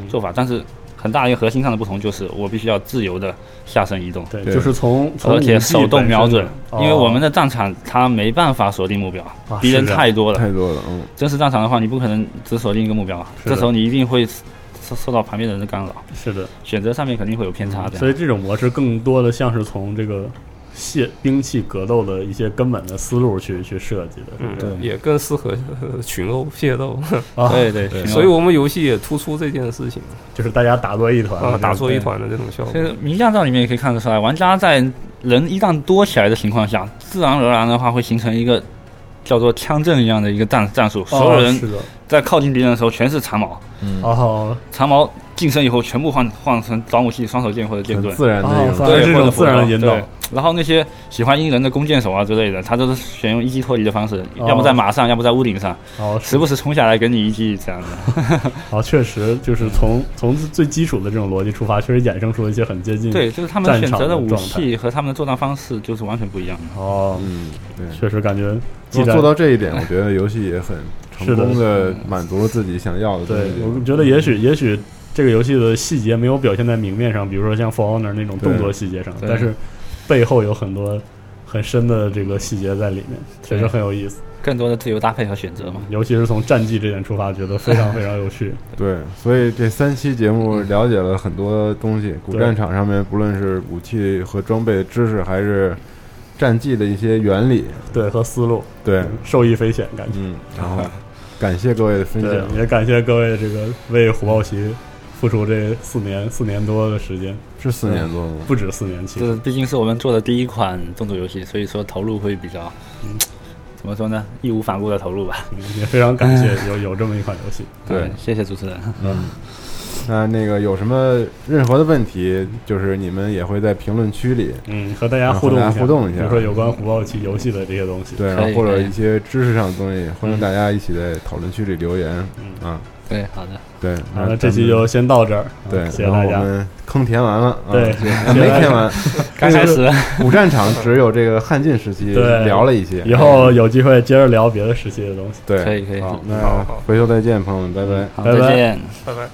[SPEAKER 11] 做法，但是很大的一个核心上的不同就是，我必须要自由的下身移动，
[SPEAKER 2] 对就是从从
[SPEAKER 11] 而且
[SPEAKER 2] 武器
[SPEAKER 11] 手动瞄准
[SPEAKER 2] 本，身
[SPEAKER 11] 因为
[SPEAKER 2] 哦
[SPEAKER 11] 我们的战场它没办法锁定目标
[SPEAKER 2] 啊，
[SPEAKER 11] 敌人
[SPEAKER 2] 是的
[SPEAKER 11] 太多了，
[SPEAKER 9] 太多了，嗯，
[SPEAKER 11] 真实战场的话，你不可能只锁定一个目标，啊
[SPEAKER 2] 是的
[SPEAKER 11] 这时候你一定会受受到旁边的人的干扰，
[SPEAKER 2] 是的，
[SPEAKER 11] 选择上面肯定会有偏差的。
[SPEAKER 2] 所以这种模式更多的像是从这个械兵器格斗的一些根本的思路去去设计的。
[SPEAKER 10] 嗯
[SPEAKER 2] 对不，对，
[SPEAKER 10] 也更适 合呃群殴、械斗
[SPEAKER 2] 啊对对
[SPEAKER 10] 对
[SPEAKER 2] 群殴
[SPEAKER 10] 所以我们游戏也突出这件事情，
[SPEAKER 2] 就是大家打作一团
[SPEAKER 10] 啊，打作一团的这种效果
[SPEAKER 11] 其。实名将照里面也可以看得出来，玩家在人一旦多起来的情况下，自然而然的话会形成一个叫做枪阵一样的一个战战术，所有人
[SPEAKER 2] 哦是的
[SPEAKER 11] 在靠近敌人的时候全是长矛，
[SPEAKER 2] 嗯哦，
[SPEAKER 11] 长矛近身以后全部换换成短武器、双手剑或者剑盾，
[SPEAKER 2] 很自然的一种
[SPEAKER 11] 对，
[SPEAKER 2] 对这
[SPEAKER 11] 或者
[SPEAKER 2] 种
[SPEAKER 11] 斧
[SPEAKER 2] 自然的
[SPEAKER 11] 头
[SPEAKER 2] 引导
[SPEAKER 11] 对然后那些喜欢阴人的弓箭手啊之类的，他都是选用一击脱离的方式，
[SPEAKER 2] 哦
[SPEAKER 11] 要么在马上，要么在屋顶上，
[SPEAKER 2] 哦是
[SPEAKER 11] 时不时冲下来给你一击这样的。
[SPEAKER 2] 啊，确实就是从从最基础的这种逻辑出发，确实衍生出了一些很接近
[SPEAKER 11] 对，就是他们
[SPEAKER 2] 战
[SPEAKER 11] 选
[SPEAKER 2] 场
[SPEAKER 11] 择
[SPEAKER 2] 的
[SPEAKER 11] 武
[SPEAKER 2] 状态。
[SPEAKER 11] 器和他们的作战方式就是完全不一样的。
[SPEAKER 2] 哦，
[SPEAKER 9] 嗯，对，
[SPEAKER 2] 确实感觉
[SPEAKER 9] 做
[SPEAKER 2] 既然
[SPEAKER 9] 做到这一点，我觉得游戏也很成
[SPEAKER 2] 是的
[SPEAKER 9] 功的满足了自己想要的东
[SPEAKER 2] 对
[SPEAKER 9] 西，。
[SPEAKER 2] 我觉得也许也许这个游戏的细节没有表现在明面上，比如说像《For Honor》那种动作细节上，
[SPEAKER 9] 对
[SPEAKER 2] 但是背后有很多很深的这个细节在里面，确实
[SPEAKER 11] 对
[SPEAKER 2] 很有意思。
[SPEAKER 11] 更多的自由搭配和选择嘛。
[SPEAKER 2] 尤其是从战绩这点出发，觉得 非常非常有趣。
[SPEAKER 9] 对，所以这三期节目了解了很多东西，古
[SPEAKER 2] 对
[SPEAKER 9] 战场上面不论是武器和装备知识，还是战绩的一些原理，
[SPEAKER 2] 对和思路，
[SPEAKER 9] 对，
[SPEAKER 2] 受益匪浅，感觉。
[SPEAKER 9] 嗯，然后感谢各位的分享
[SPEAKER 2] 对，，也感谢各位这个为虎豹骑付出这四年四年多的时间，
[SPEAKER 9] 是四年多吗
[SPEAKER 2] 不止四年，其实
[SPEAKER 11] 这毕竟是我们做的第一款动作游戏，所以说投入会比较，怎么说呢？义无反顾的投入吧。
[SPEAKER 2] 也非常感谢 有有这么一款游戏。
[SPEAKER 9] 对
[SPEAKER 11] 谢谢主持人。
[SPEAKER 9] 嗯，那那个有什么任何的问题，就是你们也会在评论区里，
[SPEAKER 2] 嗯，和大家
[SPEAKER 9] 互
[SPEAKER 2] 互动一下，
[SPEAKER 9] 互动一
[SPEAKER 2] 比
[SPEAKER 9] 下
[SPEAKER 2] 如，说有关虎豹骑游戏的这些东西。
[SPEAKER 9] 对，然后或者一些知识上的东西，欢
[SPEAKER 2] 嗯
[SPEAKER 9] 迎大家一起在讨论区里留言啊。
[SPEAKER 11] 对，好 的，
[SPEAKER 9] 对，
[SPEAKER 2] 好
[SPEAKER 9] 咱
[SPEAKER 2] 啊那
[SPEAKER 9] 们
[SPEAKER 2] 这期就先到这儿。
[SPEAKER 9] 啊对
[SPEAKER 2] 啊，谢谢
[SPEAKER 9] 然后
[SPEAKER 2] 大
[SPEAKER 9] 我
[SPEAKER 2] 家。
[SPEAKER 9] 们坑填完了，啊
[SPEAKER 2] 对
[SPEAKER 9] 谢谢
[SPEAKER 2] 谢
[SPEAKER 9] 啊
[SPEAKER 2] 谢
[SPEAKER 9] 没
[SPEAKER 2] 大家
[SPEAKER 9] 填完，
[SPEAKER 2] 刚
[SPEAKER 9] 这
[SPEAKER 2] 开
[SPEAKER 9] 个
[SPEAKER 2] 始
[SPEAKER 9] 古战场只有这个汉晋时期
[SPEAKER 2] 对，
[SPEAKER 9] 聊了一些，
[SPEAKER 2] 以后有机会接着聊别的时期的东西。
[SPEAKER 9] 对，
[SPEAKER 2] 可以
[SPEAKER 9] 好，那回头再见，朋友们，拜拜，
[SPEAKER 2] 拜拜再见
[SPEAKER 10] 拜拜。